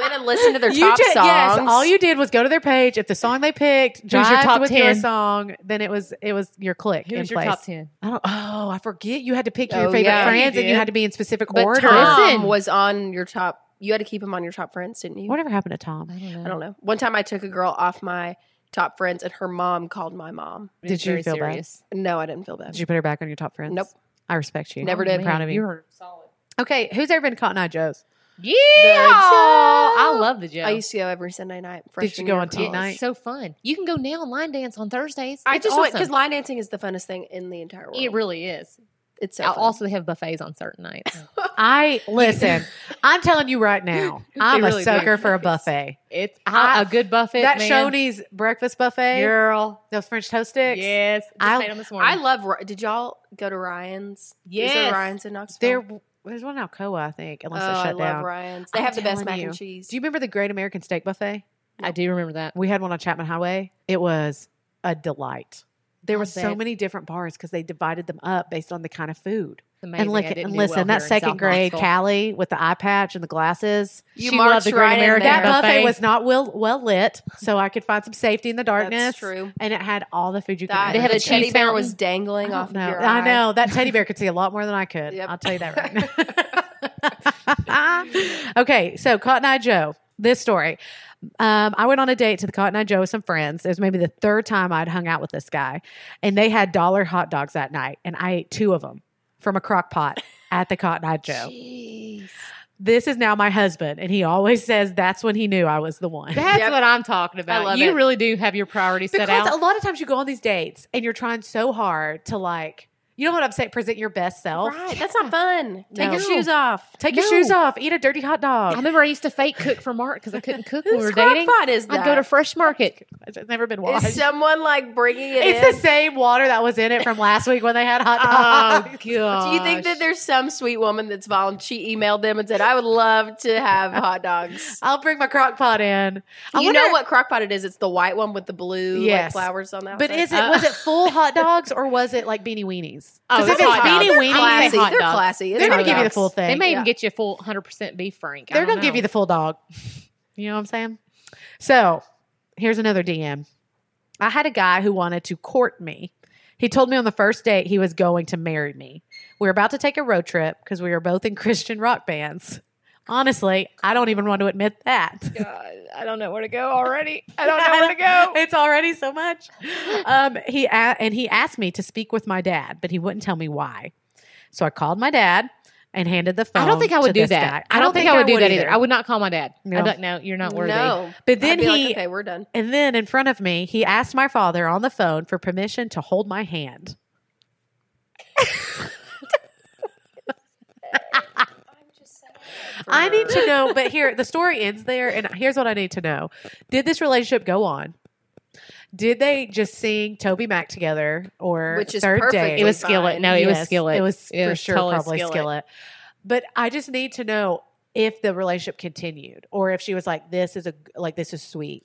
Speaker 2: went and listened to their
Speaker 1: You
Speaker 2: top
Speaker 1: ju-
Speaker 2: songs.
Speaker 1: Yes, all you did was go to their page. If the song they picked
Speaker 3: your
Speaker 1: jived
Speaker 3: top
Speaker 1: with your
Speaker 3: 10?
Speaker 1: song, then it was it was your click in
Speaker 3: Here's your
Speaker 1: place.
Speaker 3: top ten.
Speaker 1: I don't. Oh, I forget you had to pick
Speaker 2: Oh,
Speaker 1: your favorite
Speaker 2: yeah. You
Speaker 1: friends, and you
Speaker 3: did.
Speaker 1: had to be in specific
Speaker 3: But
Speaker 1: order.
Speaker 3: Tom-
Speaker 2: Tom
Speaker 3: Listen.
Speaker 2: was on your top. You had to keep him on your top friends, didn't you?
Speaker 1: Whatever happened to Tom?
Speaker 3: I don't know.
Speaker 2: I don't know. One time I took a girl off my top friends and her mom called my mom.
Speaker 3: It's
Speaker 1: Did you
Speaker 3: very
Speaker 1: feel bad?
Speaker 2: No, I didn't feel bad.
Speaker 1: Did you put her back on your top friends?
Speaker 2: Nope.
Speaker 1: I respect you.
Speaker 2: Never
Speaker 3: Oh,
Speaker 2: did.
Speaker 3: man,
Speaker 1: Proud of you.
Speaker 3: You're solid.
Speaker 1: Okay, who's ever been caught in eye Joe's?
Speaker 3: Yeah,
Speaker 2: Joe.
Speaker 3: I love the Joe.
Speaker 2: I used to go every Sunday night. freshman
Speaker 1: go
Speaker 2: year
Speaker 1: on
Speaker 2: of
Speaker 1: teen
Speaker 2: college.
Speaker 1: night?
Speaker 3: It's so fun. You can go now and line dance on Thursdays.
Speaker 2: I
Speaker 3: It's
Speaker 2: just went
Speaker 3: awesome.
Speaker 2: because line dancing is the funnest thing in the entire world.
Speaker 3: it really is.
Speaker 2: it's so
Speaker 3: I
Speaker 2: fun.
Speaker 3: also, they have buffets on certain nights.
Speaker 1: I listen. I'm telling you right now, I'm
Speaker 3: really
Speaker 1: a
Speaker 3: do.
Speaker 1: sucker for a buffet.
Speaker 3: it's
Speaker 1: I-
Speaker 3: I, a good buffet.
Speaker 1: that
Speaker 3: man.
Speaker 1: Shoney's breakfast buffet,
Speaker 3: girl.
Speaker 1: those French toast sticks.
Speaker 3: Yes, just
Speaker 1: I-
Speaker 3: made them this morning.
Speaker 2: I love. Ry- Did y'all go to Ryan's? Is there
Speaker 3: Yes.
Speaker 2: Ryan's in Knoxville.
Speaker 1: There, there's one in Alcoa, I think,
Speaker 2: oh,
Speaker 1: unless it
Speaker 2: I
Speaker 1: shut
Speaker 2: love
Speaker 1: down.
Speaker 2: Ryan's. They
Speaker 1: I'm
Speaker 2: have the best
Speaker 1: telling
Speaker 2: mac
Speaker 1: you.
Speaker 2: and cheese.
Speaker 1: Do you remember the Great American Steak Buffet?
Speaker 3: I do remember that.
Speaker 1: We had one on Chapman Highway. It was a delight. There
Speaker 3: I
Speaker 1: were so
Speaker 3: bet.
Speaker 1: many different bars because they divided them up based on the kind of food.
Speaker 3: It's amazing.
Speaker 1: and
Speaker 3: I
Speaker 1: look,
Speaker 3: didn't
Speaker 1: and
Speaker 3: do
Speaker 1: listen,
Speaker 3: well
Speaker 1: that
Speaker 3: here in
Speaker 1: second
Speaker 3: South
Speaker 1: grade
Speaker 3: Knoxville.
Speaker 1: Callie with the eye patch and the glasses.
Speaker 2: You
Speaker 3: She loved
Speaker 2: marched
Speaker 3: the Great
Speaker 2: right in
Speaker 3: American
Speaker 2: there.
Speaker 1: That buffet
Speaker 3: buffet.
Speaker 1: was not well well lit, so I could find some safety in the darkness.
Speaker 2: That's true.
Speaker 1: and it had all the food you could.
Speaker 2: That,
Speaker 1: eat.
Speaker 3: They had
Speaker 2: the
Speaker 3: a
Speaker 2: teddy
Speaker 3: cheese
Speaker 2: bear
Speaker 3: fountain.
Speaker 2: was
Speaker 1: I
Speaker 2: dangling
Speaker 1: don't
Speaker 2: off of
Speaker 1: know.
Speaker 2: your
Speaker 1: I
Speaker 2: eye.
Speaker 1: know that teddy bear could see a lot more than I could.
Speaker 2: Yep.
Speaker 1: I'll tell you that right now. okay, so Cotton Eye Joe. This story. Um, I went on a date to the Cotton Eye Joe with some friends. It was maybe the third time I'd hung out with this guy, and they had dollar hot dogs that night, and I ate two of them from a crock pot at the Cotton Eye Joe.
Speaker 3: Jeez.
Speaker 1: This is now my husband, and he always says that's when he knew I was the one.
Speaker 3: That's
Speaker 2: Yep.
Speaker 3: what I'm talking about.
Speaker 2: love
Speaker 3: you
Speaker 2: it.
Speaker 3: really do have your priorities set
Speaker 1: because
Speaker 3: out.
Speaker 1: a lot of times you go on these dates and you're trying so hard to like you know what i'm saying present your best self
Speaker 2: Right, that's not fun. Take your
Speaker 1: No.
Speaker 2: shoes off.
Speaker 1: take your
Speaker 3: No.
Speaker 1: shoes off eat a dirty hot
Speaker 3: I
Speaker 1: dog
Speaker 3: remember I used to fake cook for Mark because I couldn't cook when we
Speaker 2: Whose
Speaker 3: were
Speaker 2: crock
Speaker 3: dating.
Speaker 2: pot is that?
Speaker 3: I'd go to Fresh Market.
Speaker 1: it's never been washed
Speaker 2: Is someone like bringing it in?
Speaker 1: it's the same water that was in it from last week when they
Speaker 3: Oh,
Speaker 1: had
Speaker 3: Um,
Speaker 1: hot dogs
Speaker 3: god!
Speaker 2: Do you think that there's some sweet woman that's volunteered? She emailed them and said, "I would love to have hot dogs."
Speaker 1: i'll bring my crock pot in I
Speaker 2: you
Speaker 1: wonder-
Speaker 2: know what crockpot it is? It's the white one with the blue like,
Speaker 1: Yes.
Speaker 2: flowers on that.
Speaker 1: but is it was it full hot dogs or was it like beanie weenies Wendy's.
Speaker 3: uh. Oh,
Speaker 1: Because if
Speaker 3: it's
Speaker 1: it's
Speaker 3: hot dogs.
Speaker 1: beanie
Speaker 3: They're
Speaker 1: weenie,
Speaker 3: classy.
Speaker 1: they're
Speaker 3: hot
Speaker 2: They're
Speaker 3: dogs.
Speaker 2: classy. It's
Speaker 3: They're
Speaker 1: gonna
Speaker 2: hot
Speaker 1: give you the
Speaker 2: dogs.
Speaker 1: full thing.
Speaker 3: They may
Speaker 2: Yeah.
Speaker 3: even get you a full 100% beef frank. I
Speaker 1: They're
Speaker 3: don't
Speaker 1: going to give
Speaker 3: know.
Speaker 1: you the full dog. You know what I'm saying? So here's another DM. I had a guy who wanted to court me. He told me on the first date he was going to marry me. We were about to take a road trip because we were both in Christian rock bands. Honestly, I don't even want to admit that.
Speaker 3: God, I don't know where to go already. I don't
Speaker 1: I
Speaker 3: know where to go.
Speaker 1: It's already so much. Um, he a- and he asked me to speak with my dad, but he wouldn't tell me why. So I called my dad and handed the phone.
Speaker 3: I don't think I
Speaker 1: to
Speaker 3: would do
Speaker 1: this
Speaker 3: that.
Speaker 1: guy.
Speaker 3: I, don't think, I would do that either. I
Speaker 1: would,
Speaker 3: would not call my dad.
Speaker 1: No.
Speaker 3: I don't know. You're not worthy.
Speaker 2: No.
Speaker 1: but then
Speaker 2: I'd be
Speaker 1: he
Speaker 2: like, okay, we're done.
Speaker 1: And then in front of me, he asked my father on the phone for permission to hold my hand. I need to know, but here, the story ends there. And here's what I need to know Did this relationship go on? Did they just sing Toby Mac together or
Speaker 2: Which is
Speaker 1: third
Speaker 2: perfect.
Speaker 1: date?
Speaker 3: It was
Speaker 2: Fine.
Speaker 3: skillet. No, it was
Speaker 1: Yes,
Speaker 3: skillet.
Speaker 1: It was
Speaker 3: It
Speaker 1: for
Speaker 3: was
Speaker 1: sure
Speaker 3: totally
Speaker 1: probably skillet.
Speaker 3: skillet.
Speaker 1: But I just need to know if the relationship continued or if she was like, this is a, like, this is sweet.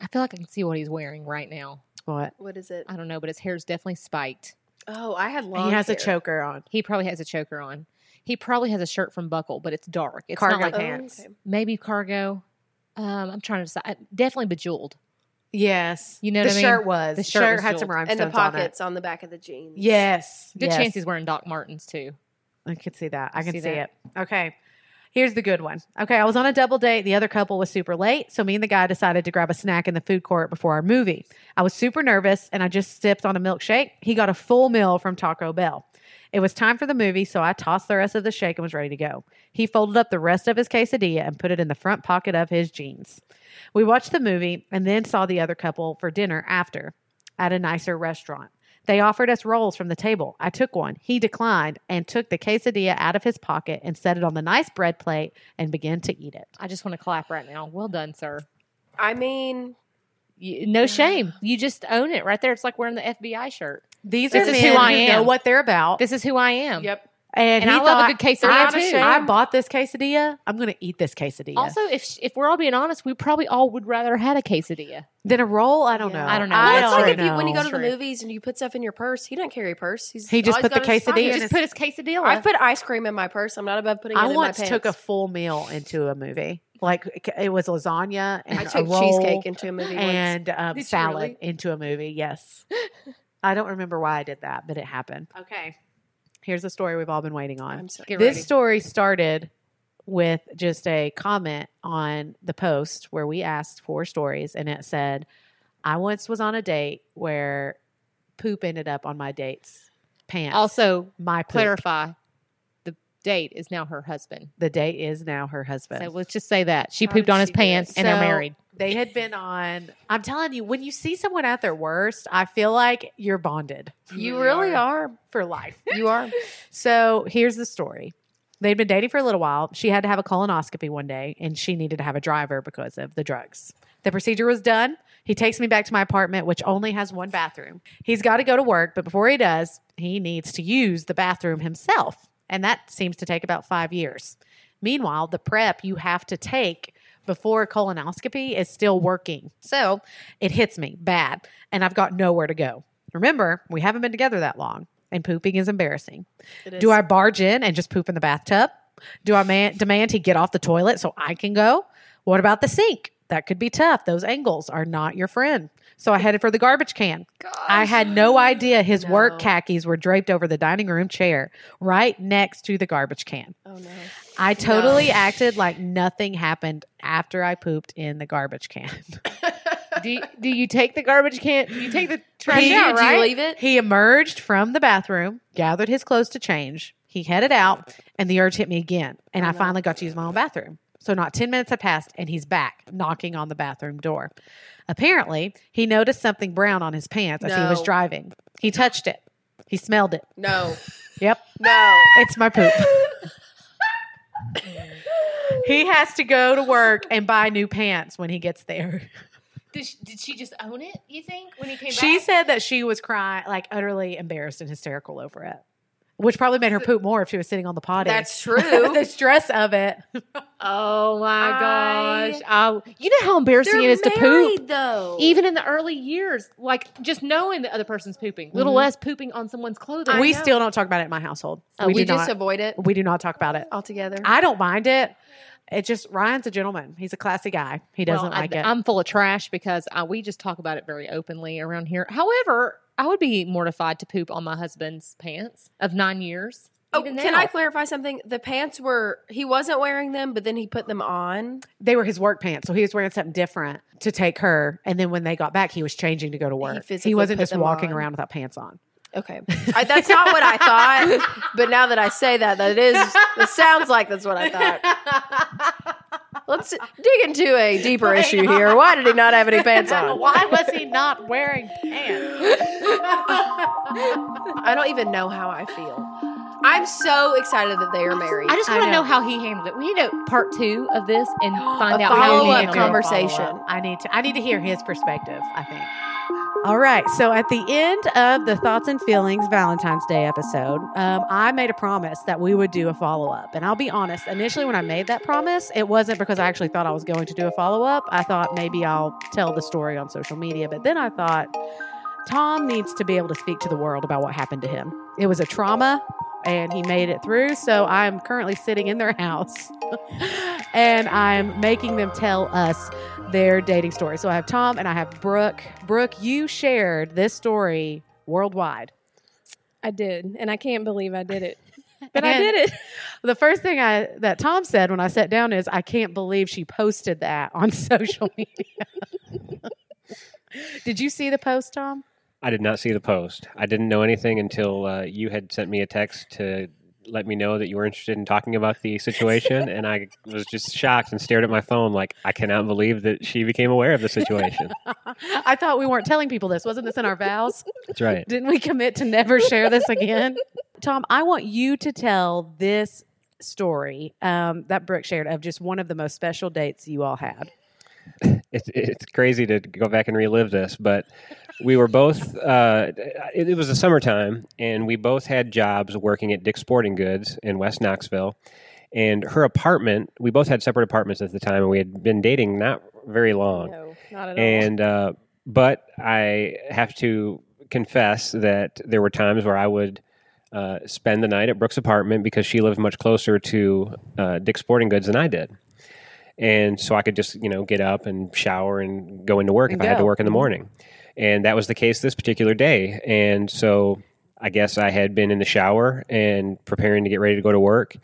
Speaker 3: I feel like I can see what he's wearing right now.
Speaker 1: What?
Speaker 2: What is it?
Speaker 3: I don't know, but his hair's definitely spiked.
Speaker 2: Oh, I had long.
Speaker 1: he has
Speaker 2: hair.
Speaker 1: a choker on.
Speaker 3: He probably has a choker on. He probably has a shirt from Buckle, but it's dark. It's
Speaker 1: Cargo
Speaker 3: not like
Speaker 2: Oh,
Speaker 1: pants.
Speaker 2: okay.
Speaker 3: maybe cargo. Um, I'm trying to decide. Definitely bejeweled.
Speaker 1: Yes.
Speaker 3: You know
Speaker 1: the
Speaker 3: what I mean?
Speaker 1: shirt was. The
Speaker 3: The
Speaker 1: shirt,
Speaker 3: shirt was
Speaker 1: had some
Speaker 3: jeweled.
Speaker 1: rhinestones
Speaker 2: And the
Speaker 1: on it.
Speaker 2: pockets on, the back of the jeans.
Speaker 1: Yes.
Speaker 3: Good
Speaker 1: yes.
Speaker 3: chance he's wearing Doc Martens too.
Speaker 1: I can see that. I
Speaker 3: I
Speaker 1: can see,
Speaker 3: see that.
Speaker 1: it. Okay. Here's the good one. Okay, I was on a double date. The other couple was super late, so me and the guy decided to grab a snack in the food court before our movie. I was super nervous and I just sipped on a milkshake. He got a full meal from Taco Bell. It was time for the movie, so I tossed the rest of the shake and was ready to go. He folded up the rest of his quesadilla and put it in the front pocket of his jeans. We watched the movie and then saw the other couple for dinner after at a nicer restaurant. They offered us rolls from the table. I took one. He declined and took the quesadilla out of his pocket and set it on the nice bread plate and began to eat it.
Speaker 3: I just want to clap right now. Well done, sir.
Speaker 2: I mean,
Speaker 3: You, no shame. You just own it right there. It's like wearing the FBI shirt.
Speaker 1: These
Speaker 3: This
Speaker 1: are
Speaker 3: is
Speaker 1: men
Speaker 3: who I
Speaker 1: who
Speaker 3: am.
Speaker 1: know what they're about.
Speaker 3: This is who I am.
Speaker 2: yep.
Speaker 1: and he
Speaker 3: And I love a
Speaker 1: thought,
Speaker 3: good quesadilla
Speaker 1: I,
Speaker 3: too.
Speaker 1: I bought this quesadilla. I'm going to eat this quesadilla.
Speaker 3: Also, if sh- if we're all being honest, we probably all would rather had a quesadilla.
Speaker 1: then a roll. I don't
Speaker 2: Yeah.
Speaker 1: know.
Speaker 3: I don't know.
Speaker 2: Well,
Speaker 3: I
Speaker 2: it's like
Speaker 3: don't
Speaker 2: if you when you go to
Speaker 1: know.
Speaker 2: the
Speaker 3: True.
Speaker 2: movies and you put stuff in your purse. He doesn't carry a purse. He's
Speaker 1: He just
Speaker 2: all
Speaker 1: put
Speaker 2: got
Speaker 1: the
Speaker 2: in his pocket.
Speaker 1: quesadilla in
Speaker 2: Just
Speaker 1: his-
Speaker 3: Put his quesadilla.
Speaker 2: I've put ice cream in my purse. I'm not above putting it
Speaker 1: I
Speaker 2: in
Speaker 1: once
Speaker 2: my pants.
Speaker 1: took a full meal into a movie. Like it was lasagna and
Speaker 2: I
Speaker 1: a
Speaker 2: took
Speaker 1: roll
Speaker 2: cheesecake into a movie once.
Speaker 1: and um,
Speaker 3: Did you
Speaker 1: salad
Speaker 3: really?
Speaker 1: into a movie. Yes. I don't remember why I did that, but it happened. Okay. Here's the story we've all been waiting on.
Speaker 2: I'm sorry.
Speaker 3: Get
Speaker 1: This
Speaker 3: ready.
Speaker 1: story started with just a comment on the post where we asked for stories, and it said, I once was on a date where poop ended up on my date's pants.
Speaker 3: also,
Speaker 1: my poop.
Speaker 3: clarify the date is now her husband.
Speaker 1: The date is now her husband.
Speaker 3: So let's just say that she
Speaker 2: How
Speaker 3: pooped
Speaker 2: did
Speaker 3: on his
Speaker 2: she do
Speaker 3: pants
Speaker 2: this?
Speaker 3: and they're
Speaker 1: So-
Speaker 3: married.
Speaker 1: they had been on. I'm telling you, when you see someone at their worst, I feel like you're bonded
Speaker 2: You really are.
Speaker 1: for life.
Speaker 2: You are.
Speaker 1: So here's the story. They'd been dating for a little while. She had to have a colonoscopy one day and she needed to have a driver because of the drugs. The procedure was done. He takes me back to my apartment, which only has one bathroom. He's got to go to work, but before he does, he needs to use the bathroom himself. And that seems to take about five years. Meanwhile, the prep you have to take before colonoscopy is still working. So it hits me bad, and I've got nowhere to go. Remember, we haven't been together that long, and pooping is embarrassing.
Speaker 2: It
Speaker 1: Do
Speaker 2: is.
Speaker 1: I barge in and just poop in the bathtub? Do I man- demand he get off the toilet so I can go? What about the sink? That could be tough. Those angles are not your friend. So I headed for the garbage can. I had no idea his
Speaker 2: Oh, No.
Speaker 1: work khakis were draped over the dining room chair right next to the garbage can.
Speaker 2: Oh no.
Speaker 1: I totally
Speaker 2: No.
Speaker 1: acted like nothing happened after I pooped in the garbage can.
Speaker 3: do, you, do you take the garbage can? You take the
Speaker 1: He-
Speaker 3: trash
Speaker 1: Yeah,
Speaker 3: out,
Speaker 2: Did you
Speaker 3: right?
Speaker 2: leave it?
Speaker 1: He emerged from the bathroom, gathered his clothes to change. He headed out, and the urge hit me again. And
Speaker 2: Oh,
Speaker 1: I
Speaker 2: no.
Speaker 1: finally got to use my own bathroom. So, not 10 minutes had passed, and he's back knocking on the bathroom door. Apparently, he noticed something brown on his pants as he was
Speaker 2: No.
Speaker 1: driving. He touched it, he smelled it.
Speaker 2: No.
Speaker 1: Yep.
Speaker 2: No.
Speaker 1: It's my poop. he has to go to work and buy new pants when he gets there.
Speaker 3: Did she, did she just own it? You think when he came
Speaker 1: She said that she was crying, like utterly embarrassed and hysterical over it. which probably made her poop more if she was sitting on the potty.
Speaker 2: That's true.
Speaker 1: the stress of it.
Speaker 3: Oh my
Speaker 2: I-
Speaker 3: gosh! Oh, you know how embarrassing it is to poop,
Speaker 2: married, though.
Speaker 3: even in the early years. Like just knowing the other person's pooping, little
Speaker 1: Mhm.
Speaker 3: less pooping on someone's clothing.
Speaker 2: I
Speaker 1: we
Speaker 2: know. Uh,
Speaker 1: still don't talk about it in my household.
Speaker 3: Oh,
Speaker 1: we
Speaker 2: we
Speaker 1: do
Speaker 2: just
Speaker 1: not.
Speaker 2: avoid it
Speaker 1: we do not talk about it.
Speaker 2: altogether.
Speaker 1: I don't mind it. It just Ryan's a gentleman. He's a classy guy. He doesn't
Speaker 3: Well, I,
Speaker 1: like it.
Speaker 3: I'm full of trash because uh, we just talk about it very openly around here. However, I would be mortified to poop on my husband's pants of nine years.
Speaker 2: oh,
Speaker 3: Even
Speaker 2: can
Speaker 3: now.
Speaker 2: I clarify something? The pants were he wasn't wearing them, but then he put them on.
Speaker 1: they were his work pants, so he was wearing something different to take her. And then when they got back, he was changing to go to work. He,
Speaker 2: physically
Speaker 1: wasn't
Speaker 2: put
Speaker 1: just
Speaker 2: them
Speaker 1: walking
Speaker 2: on.
Speaker 1: around without pants on.
Speaker 2: Okay, I, that's not what I thought. But now that I say that, that is it sounds like that's what I thought. Let's dig into a deeper
Speaker 1: Right.
Speaker 2: issue here. Why did he not have any pants on?
Speaker 1: Why was he not wearing pants?
Speaker 2: I don't even know how I feel. I'm so excited that they are married.
Speaker 3: I just
Speaker 1: I
Speaker 3: want to
Speaker 1: know.
Speaker 3: know how he handled it. We need a part two of this and find
Speaker 2: A
Speaker 3: out how he
Speaker 2: follow-up
Speaker 3: handled it.
Speaker 2: conversation.
Speaker 1: I need to. I need to hear his perspective. I think. All right. So at the end of the thoughts and feelings Valentine's Day episode, um, I made a promise that we would do a follow up, and I'll be honest. Initially, when I made that promise, it wasn't because I actually thought I was going to do a follow up. I thought maybe I'll tell the story on social media, but then I thought Tom needs to be able to speak to the world about what happened to him. It was a trauma and he made it through. So I'm currently sitting in their house and I'm making them tell us their dating story. So I have Tom and I have Brooke. Brooke, you shared this story worldwide.
Speaker 4: I did, and I can't believe I did it.
Speaker 1: But
Speaker 4: But I did it.
Speaker 1: The first thing I that Tom said when I sat down is, I can't believe she posted that on social media. Did you see the post, Tom?
Speaker 5: I did not see the post. I didn't know anything until uh, you had sent me a text to let me know that you were interested in talking about the situation, and I was just shocked and stared at my phone like I cannot believe that she became aware of the situation.
Speaker 1: I thought we weren't telling people this. Wasn't this in our vows?
Speaker 5: That's right.
Speaker 1: Didn't we commit to never share this again? Tom, I want you to tell this story um, that Brooke shared of just one of the most special dates you all had.
Speaker 5: It's it's crazy to go back and relive this, but we were both. Uh, it, it was the summertime, and we both had jobs working at Dick's Sporting Goods in West Knoxville. And her apartment, we both had separate apartments at the time, and we had been dating not very long.
Speaker 4: No, not at
Speaker 5: and uh, but I have to confess that there were times where I would uh, spend the night at Brooke's apartment because she lived much closer to uh, Dick's Sporting Goods than I did, and so I could just you know get up and shower and go into work
Speaker 1: And
Speaker 5: if I had
Speaker 1: go.
Speaker 5: to work in the
Speaker 1: Mhm.
Speaker 4: Mm-hmm.
Speaker 5: morning, and that was the case this particular day, and so. I guess I had been in the shower and preparing to get ready to go to work.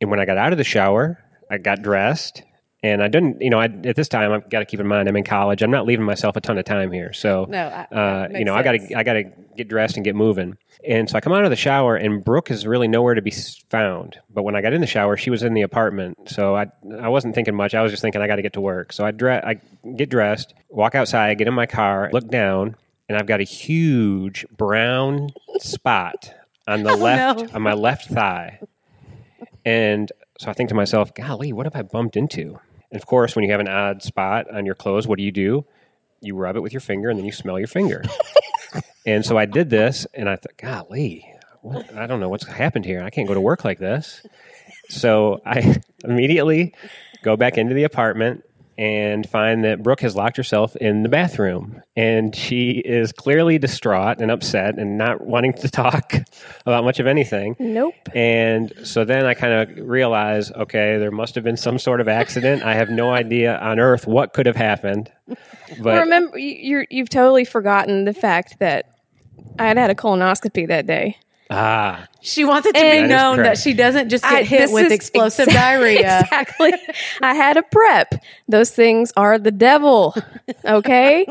Speaker 5: And when I got out of the shower, I got dressed and I didn't, you know, I, at this time, I've got to keep in mind I'm in college. I'm not leaving myself a ton of time here. So,
Speaker 1: No, I,
Speaker 5: uh, you know, I got to, I got to get dressed and get moving. And so I come out of the shower and Brooke is really nowhere to be s- found. But when I got in the shower, she was in the apartment. So I, I wasn't thinking much. I was just thinking I got to get to work. So I, dre- I get dressed, walk outside, get in my car, look down, and I've got a huge brown spot on the left, on my left thigh. And so I think to myself, golly, what have I bumped into? And of course, when you have an odd spot on your clothes, what do you do? You rub it with your finger and then you smell your finger. and so I did this and I thought, golly, what, I don't know what's happened here. I can't go to work like this. So I immediately go back into the apartment and find that Brooke has locked herself in the bathroom. And she is clearly distraught and upset and not wanting to talk about much of anything.
Speaker 4: Nope.
Speaker 5: And so then I kind of realize, okay, there must have been some sort of accident. I have no idea on earth what could have happened.
Speaker 4: Well,
Speaker 5: But
Speaker 4: remember, you, you're, you've totally forgotten the fact that I had had a colonoscopy that day.
Speaker 5: ah,
Speaker 1: she wants it to
Speaker 4: And-
Speaker 1: be
Speaker 4: That
Speaker 5: is
Speaker 1: known that
Speaker 5: correct.
Speaker 1: she doesn't just get
Speaker 4: I-
Speaker 1: hit
Speaker 4: this
Speaker 1: with
Speaker 4: is
Speaker 1: explosive
Speaker 4: exact-
Speaker 1: diarrhea.
Speaker 4: Exactly. I had a prep. Those things are the devil. Okay?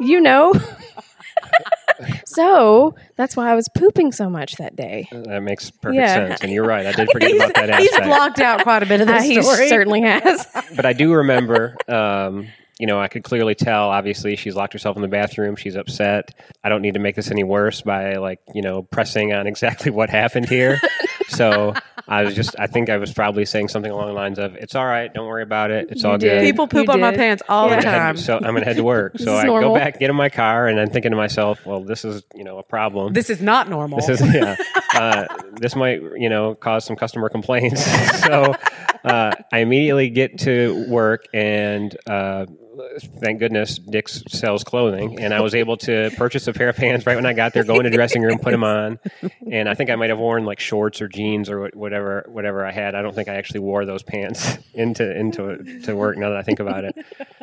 Speaker 4: you know. so that's why I was pooping so much that day.
Speaker 5: that makes perfect
Speaker 4: Yeah.
Speaker 5: sense. And you're right. I did forget about that
Speaker 1: He's
Speaker 5: aspect.
Speaker 1: blocked out quite a bit of
Speaker 4: Uh,
Speaker 1: the
Speaker 4: he
Speaker 1: story.
Speaker 4: certainly has.
Speaker 5: but I do remember, um, you know, I could clearly tell, obviously, she's locked herself in the bathroom. She's upset. I don't need to make this any worse by, like, you know, pressing on exactly what happened here. so I was just, I think I was probably saying something along the lines of, "It's all right, don't worry about it, it's
Speaker 4: You
Speaker 5: all
Speaker 4: did.
Speaker 5: good."
Speaker 1: People poop
Speaker 4: You
Speaker 1: on my
Speaker 4: did.
Speaker 1: pants all
Speaker 5: I'm
Speaker 1: the
Speaker 5: gonna
Speaker 1: time.
Speaker 5: head, so I'm gonna head to work.
Speaker 4: This
Speaker 5: so
Speaker 4: is
Speaker 5: I
Speaker 4: normal.
Speaker 5: go back, get in my car, and I'm thinking to myself, "Well, this is you know a problem.
Speaker 1: This is not normal.
Speaker 5: This is yeah. uh, this might you know cause some customer complaints. so uh, I immediately get to work, and uh, thank goodness Dick's sells clothing, and I was able to purchase a pair of pants right when I got there, go in the dressing room, put them on, and I think I might have worn like shorts or jeans or wh- whatever whatever I had. I don't think I actually wore those pants into into to work. Now that I think about it,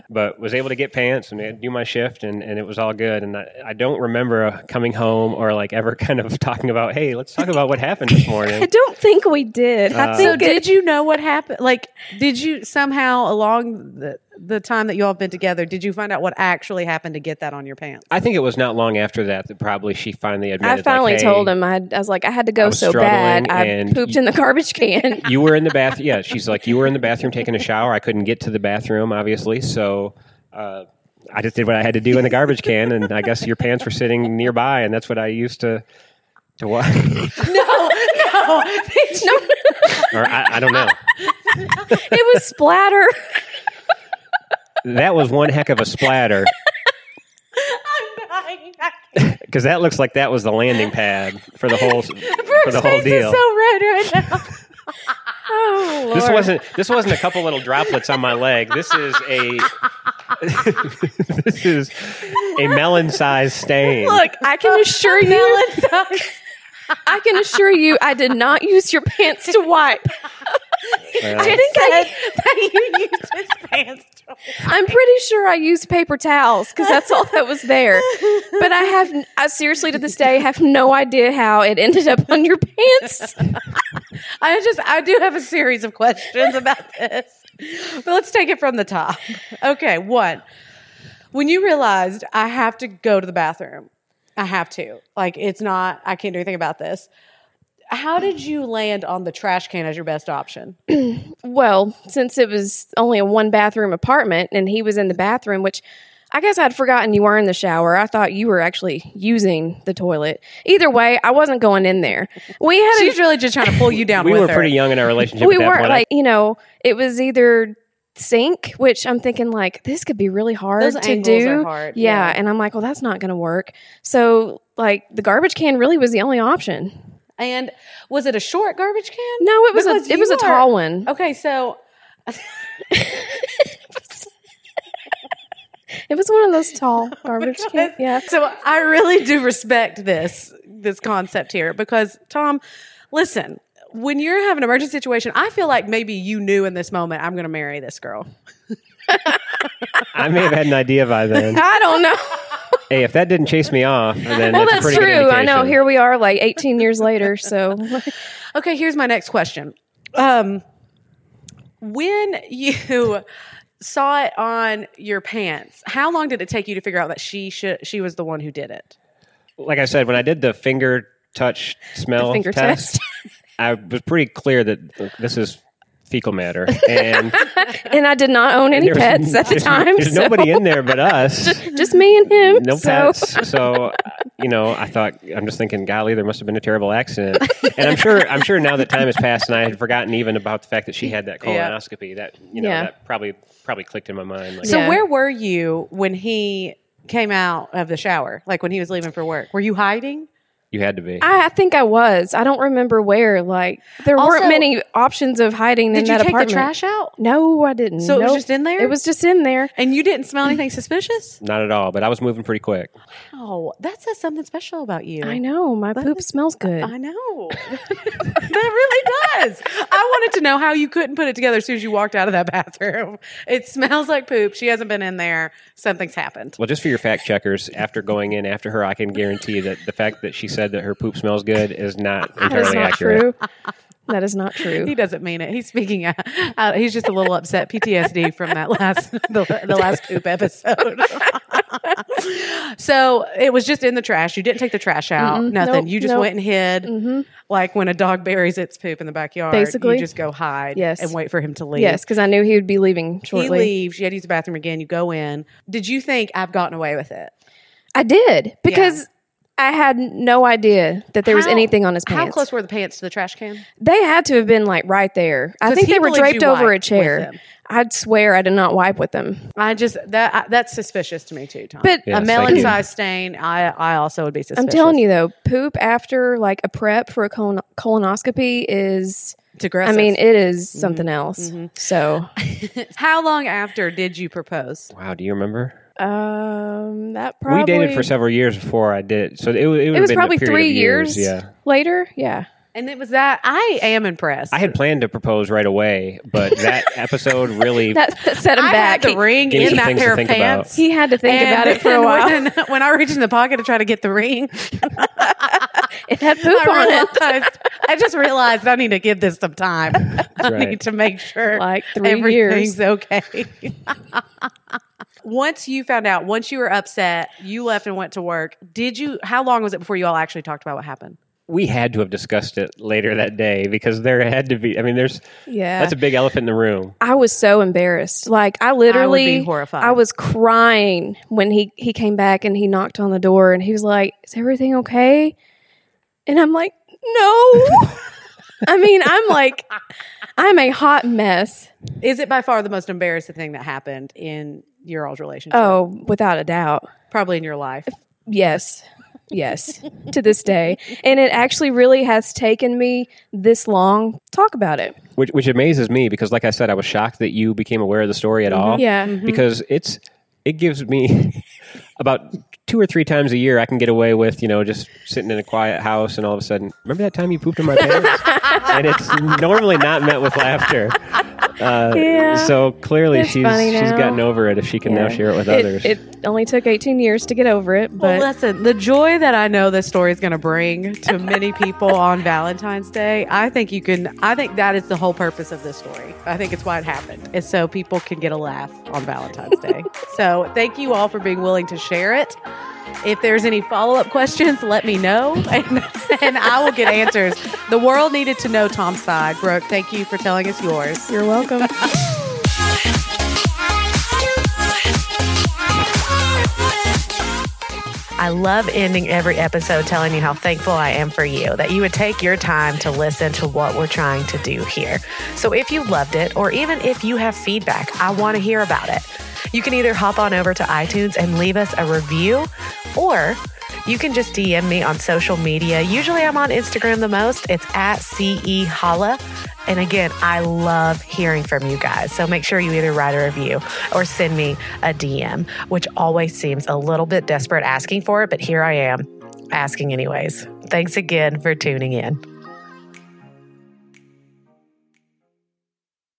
Speaker 5: but was able to get pants and uh, do my shift, and, and it was all good. And I, I don't remember uh, coming home or like ever kind of talking about, hey, let's talk about what happened this
Speaker 4: I
Speaker 5: morning.
Speaker 4: don't think we did. I
Speaker 5: Uh,
Speaker 1: so
Speaker 4: think
Speaker 1: did you know what happened? Like, did you somehow along the, the time that you all have been together, did you find out what actually happened to get that on your pants?
Speaker 5: I think it was not long after that that probably she finally admitted.
Speaker 4: I finally
Speaker 5: like, "Hey,
Speaker 4: told him. I, had- I was like, I had to go
Speaker 5: was
Speaker 4: so bad.
Speaker 5: struggling
Speaker 4: I
Speaker 5: and
Speaker 4: pooped
Speaker 5: you-
Speaker 4: in the garbage can.
Speaker 5: you were in the bath. Yeah, she's like, you were in the bathroom taking a shower. I couldn't get to the bathroom, obviously. So uh, I just did what I had to do in the garbage can, and I guess your pants were sitting nearby, and that's what I used to to watch.
Speaker 4: no,
Speaker 5: or I, I don't know.
Speaker 4: it was splatter.
Speaker 5: That was one heck of a splatter. Because that looks like that was the landing pad for the whole for the whole deal.
Speaker 4: red right now. oh, Lord.
Speaker 5: this wasn't this wasn't a couple little droplets on my leg. This is a this is a melon sized stain.
Speaker 4: Look, I can assure you. I can assure you, I did not use your pants to wipe.
Speaker 5: Well,
Speaker 4: I think I,
Speaker 1: that you used his pants. to-
Speaker 4: I'm pretty sure I used paper towels because that's all that was there. But I have, I seriously to this day have no idea how it ended up on your pants.
Speaker 1: I just, I do have a series of questions about this, but let's take it from the top. Okay, one. When you realized I have to go to the bathroom, I have to. Like, it's not, I can't do anything about this. How did you land on the trash can as your best option?
Speaker 4: Well, since it was only a one bathroom apartment and he was in the bathroom, which I guess I'd forgotten you were in the shower. I thought you were actually using the toilet. Either way, I wasn't going in there. We had a
Speaker 1: She's really just trying to pull you down
Speaker 5: we
Speaker 1: with
Speaker 5: were
Speaker 1: her.
Speaker 5: pretty young in our relationship.
Speaker 4: we
Speaker 5: at that
Speaker 4: weren't
Speaker 5: point.
Speaker 4: like you know it was either sync which i'm thinking like this could be really hard
Speaker 1: Those
Speaker 4: to
Speaker 1: angles
Speaker 4: do
Speaker 1: are hard,
Speaker 4: Yeah,
Speaker 1: yeah.
Speaker 4: and i'm like well that's not gonna work so like the garbage can really was the only option
Speaker 1: And was it a short garbage can?
Speaker 4: no it was
Speaker 1: Because
Speaker 4: a it was
Speaker 1: you
Speaker 4: a tall
Speaker 1: are- Oh.
Speaker 4: one
Speaker 1: Okay, so
Speaker 4: it was one of those tall garbage cans yeah
Speaker 1: So I really do respect this this concept here because Tom, listen, when you're having an emergency situation, I feel like maybe you knew in this moment I'm going to marry this girl.
Speaker 5: I may have had an idea by then.
Speaker 4: i don't know
Speaker 5: hey, if that didn't chase me off, then
Speaker 4: well
Speaker 5: that's, a
Speaker 4: that's
Speaker 5: pretty good
Speaker 4: true i know
Speaker 5: indication.
Speaker 4: here we are like 18 years later so
Speaker 1: Okay, here's my next question. Um, when you saw it on your pants, how long did it take you to figure out that she should she was the one who did it?
Speaker 5: Like I said, when I did the finger touch smell
Speaker 4: The finger
Speaker 5: test, I was pretty clear that look, this is fecal matter, and
Speaker 4: and i did not own any
Speaker 5: there was-
Speaker 4: pets at the
Speaker 5: there's-
Speaker 4: time
Speaker 5: There's
Speaker 4: so
Speaker 5: nobody in there but us.
Speaker 4: just me and him
Speaker 5: no
Speaker 4: so
Speaker 5: pets. So, uh, you know, I thought I'm just thinking, golly, there must have been a terrible accident. And I'm sure, I'm sure now that time has passed, and I had forgotten even about the fact that she had that
Speaker 1: Yeah.
Speaker 5: colonoscopy. That you know,
Speaker 4: Yeah.
Speaker 5: that probably probably clicked in my mind. Like,
Speaker 1: So
Speaker 4: Yeah.
Speaker 1: where were you when he came out of the shower? Like when he was leaving for work, were you hiding?
Speaker 5: you had to be.
Speaker 4: I, I think I was. I don't remember where. Like there
Speaker 1: Also-
Speaker 4: weren't many options of hiding in
Speaker 1: Did you
Speaker 4: that
Speaker 1: take
Speaker 4: apartment.
Speaker 1: the trash out?
Speaker 4: No, I didn't.
Speaker 1: So it was
Speaker 4: Nope.
Speaker 1: just in there?
Speaker 4: It was just in there.
Speaker 1: And you didn't smell anything suspicious?
Speaker 5: Not at all, but I was moving pretty quick.
Speaker 1: Wow, that says something special about you.
Speaker 4: I know my
Speaker 1: Oh. But-
Speaker 4: poop smells good.
Speaker 1: I know. that really does. I wanted to know how you couldn't put it together as soon as you walked out of that bathroom. It smells like poop. She hasn't been in there. Something's happened.
Speaker 5: Well, just for your fact checkers, after going in after her, I can guarantee that the fact that she said that her poop smells good is not
Speaker 4: that is
Speaker 5: entirely
Speaker 4: not
Speaker 5: accurate.
Speaker 4: true. That is not true.
Speaker 1: He doesn't mean it. He's speaking. Out, out- he's just a little upset. PTSD from that last the, the last poop episode. so it was just in the trash. You didn't take the trash out.
Speaker 4: Mm-mm.
Speaker 1: nothing.
Speaker 4: Nope,
Speaker 1: you just
Speaker 4: nope.
Speaker 1: went and hid.
Speaker 4: Mm-hmm.
Speaker 1: Like when a dog buries its poop in the backyard.
Speaker 4: Basically.
Speaker 1: you just go hide.
Speaker 4: Yes.
Speaker 1: and wait for him to leave.
Speaker 4: Yes, because I knew he would be leaving
Speaker 1: He
Speaker 4: shortly.
Speaker 1: leaves. You had to use the bathroom again. You go in. Did you think I've gotten away with it?
Speaker 4: I did because I had no idea that there was
Speaker 6: How-
Speaker 4: anything on his pants.
Speaker 1: How close were the pants to the trash can?
Speaker 4: They had to have been like right there. I
Speaker 1: 'Cause
Speaker 4: think
Speaker 1: he
Speaker 4: they were
Speaker 1: believes
Speaker 4: draped
Speaker 1: you
Speaker 4: over a
Speaker 1: wiped with
Speaker 4: chair.
Speaker 1: them.
Speaker 4: I'd swear I did not wipe with them.
Speaker 1: I just that I, that's suspicious to me too, Tom.
Speaker 4: But
Speaker 5: Yes,
Speaker 1: a
Speaker 5: thank
Speaker 1: melon
Speaker 5: you.
Speaker 1: sized stain, I I also would be suspicious.
Speaker 4: I'm telling you though, poop after like a prep for a colon- colonoscopy is,
Speaker 1: it's aggressive.
Speaker 4: I mean, it is something else. So,
Speaker 1: how long after did you propose?
Speaker 5: Wow, do you remember?
Speaker 4: um, that probably
Speaker 5: We dated for several years before I did, so it, it, would
Speaker 4: It
Speaker 5: have
Speaker 4: was
Speaker 5: been a
Speaker 4: probably
Speaker 5: period
Speaker 4: three
Speaker 5: of
Speaker 4: years,
Speaker 5: years. Yeah,
Speaker 4: later. Yeah,
Speaker 1: And it was that I am impressed.
Speaker 5: I had planned to propose right away, but that episode really
Speaker 4: that, that set him
Speaker 1: I
Speaker 4: back.
Speaker 1: had the
Speaker 4: He,
Speaker 1: ring
Speaker 5: Give me
Speaker 1: in
Speaker 5: some
Speaker 1: that
Speaker 5: things
Speaker 1: pair
Speaker 5: to
Speaker 1: of
Speaker 5: think about.
Speaker 1: pants.
Speaker 4: he had to think
Speaker 1: And
Speaker 4: about it for a
Speaker 1: then
Speaker 4: while.
Speaker 1: When, when I reached in the pocket to try to get the ring,
Speaker 4: it had poop on
Speaker 1: I,
Speaker 4: it.
Speaker 1: realized, I just realized I need to give this some time. I
Speaker 5: right.
Speaker 1: need to make sure
Speaker 4: Like three
Speaker 1: everything's
Speaker 4: years.
Speaker 1: okay. once you found out, once you were upset, you left and went to work. Did you? How long was it before you all actually talked about what happened?
Speaker 5: we had to have discussed it later that day because there had to be. I mean, there's
Speaker 4: Yeah,
Speaker 5: that's a big elephant in the room.
Speaker 4: I was so embarrassed. Like I literally
Speaker 1: be horrified.
Speaker 4: I was crying when he he came back and he knocked on the door and he was like, "Is everything okay?" And I'm like, "No." I mean, I'm like I'm a hot mess.
Speaker 1: Is it by far the most embarrassing thing that happened in your all's relationship?
Speaker 4: Oh, without a doubt.
Speaker 1: probably in your life.
Speaker 4: Yes. Yes, to this day. And it actually really has taken me this long to talk about it.
Speaker 5: which which amazes me because like I said, I was shocked that you became aware of the story at all.
Speaker 4: Mm-hmm. Yeah.
Speaker 5: because it's it gives me about two or three times a year I can get away with you know just sitting in a quiet house and all of a sudden remember that time you pooped in my pants and it's normally not met with laughter. Uh,
Speaker 4: Yeah.
Speaker 5: So clearly
Speaker 4: It's
Speaker 5: she's
Speaker 4: funny
Speaker 5: she's
Speaker 4: now.
Speaker 5: gotten over it if she can now share it with others.
Speaker 4: It, it only took 18 years to get over it, but
Speaker 1: well, listen, the joy that I know this story is going to bring to many people on Valentine's Day, I think you can, I think that is the whole purpose of this story. I think it's why it happened, is so people can get a laugh on Valentine's Day. so thank you all for being willing to share it. If there's any follow up questions, let me know and, and I will get answers. The world needed to know Tom's side. Brooke, thank you for telling us yours.
Speaker 4: you're welcome.
Speaker 6: I love ending every episode telling you how thankful I am for you, that you would take your time to listen to what we're trying to do here. So if you loved it, or even if you have feedback, I want to hear about it. You can either hop on over to iTunes and leave us a review, or you can just DM me on social media. Usually I'm on Instagram the most. It's at CE Holla. And again, I love hearing from you guys. So make sure you either write a review or send me a DM, which always seems a little bit desperate asking for it, but here I am asking anyways. Thanks again for tuning in.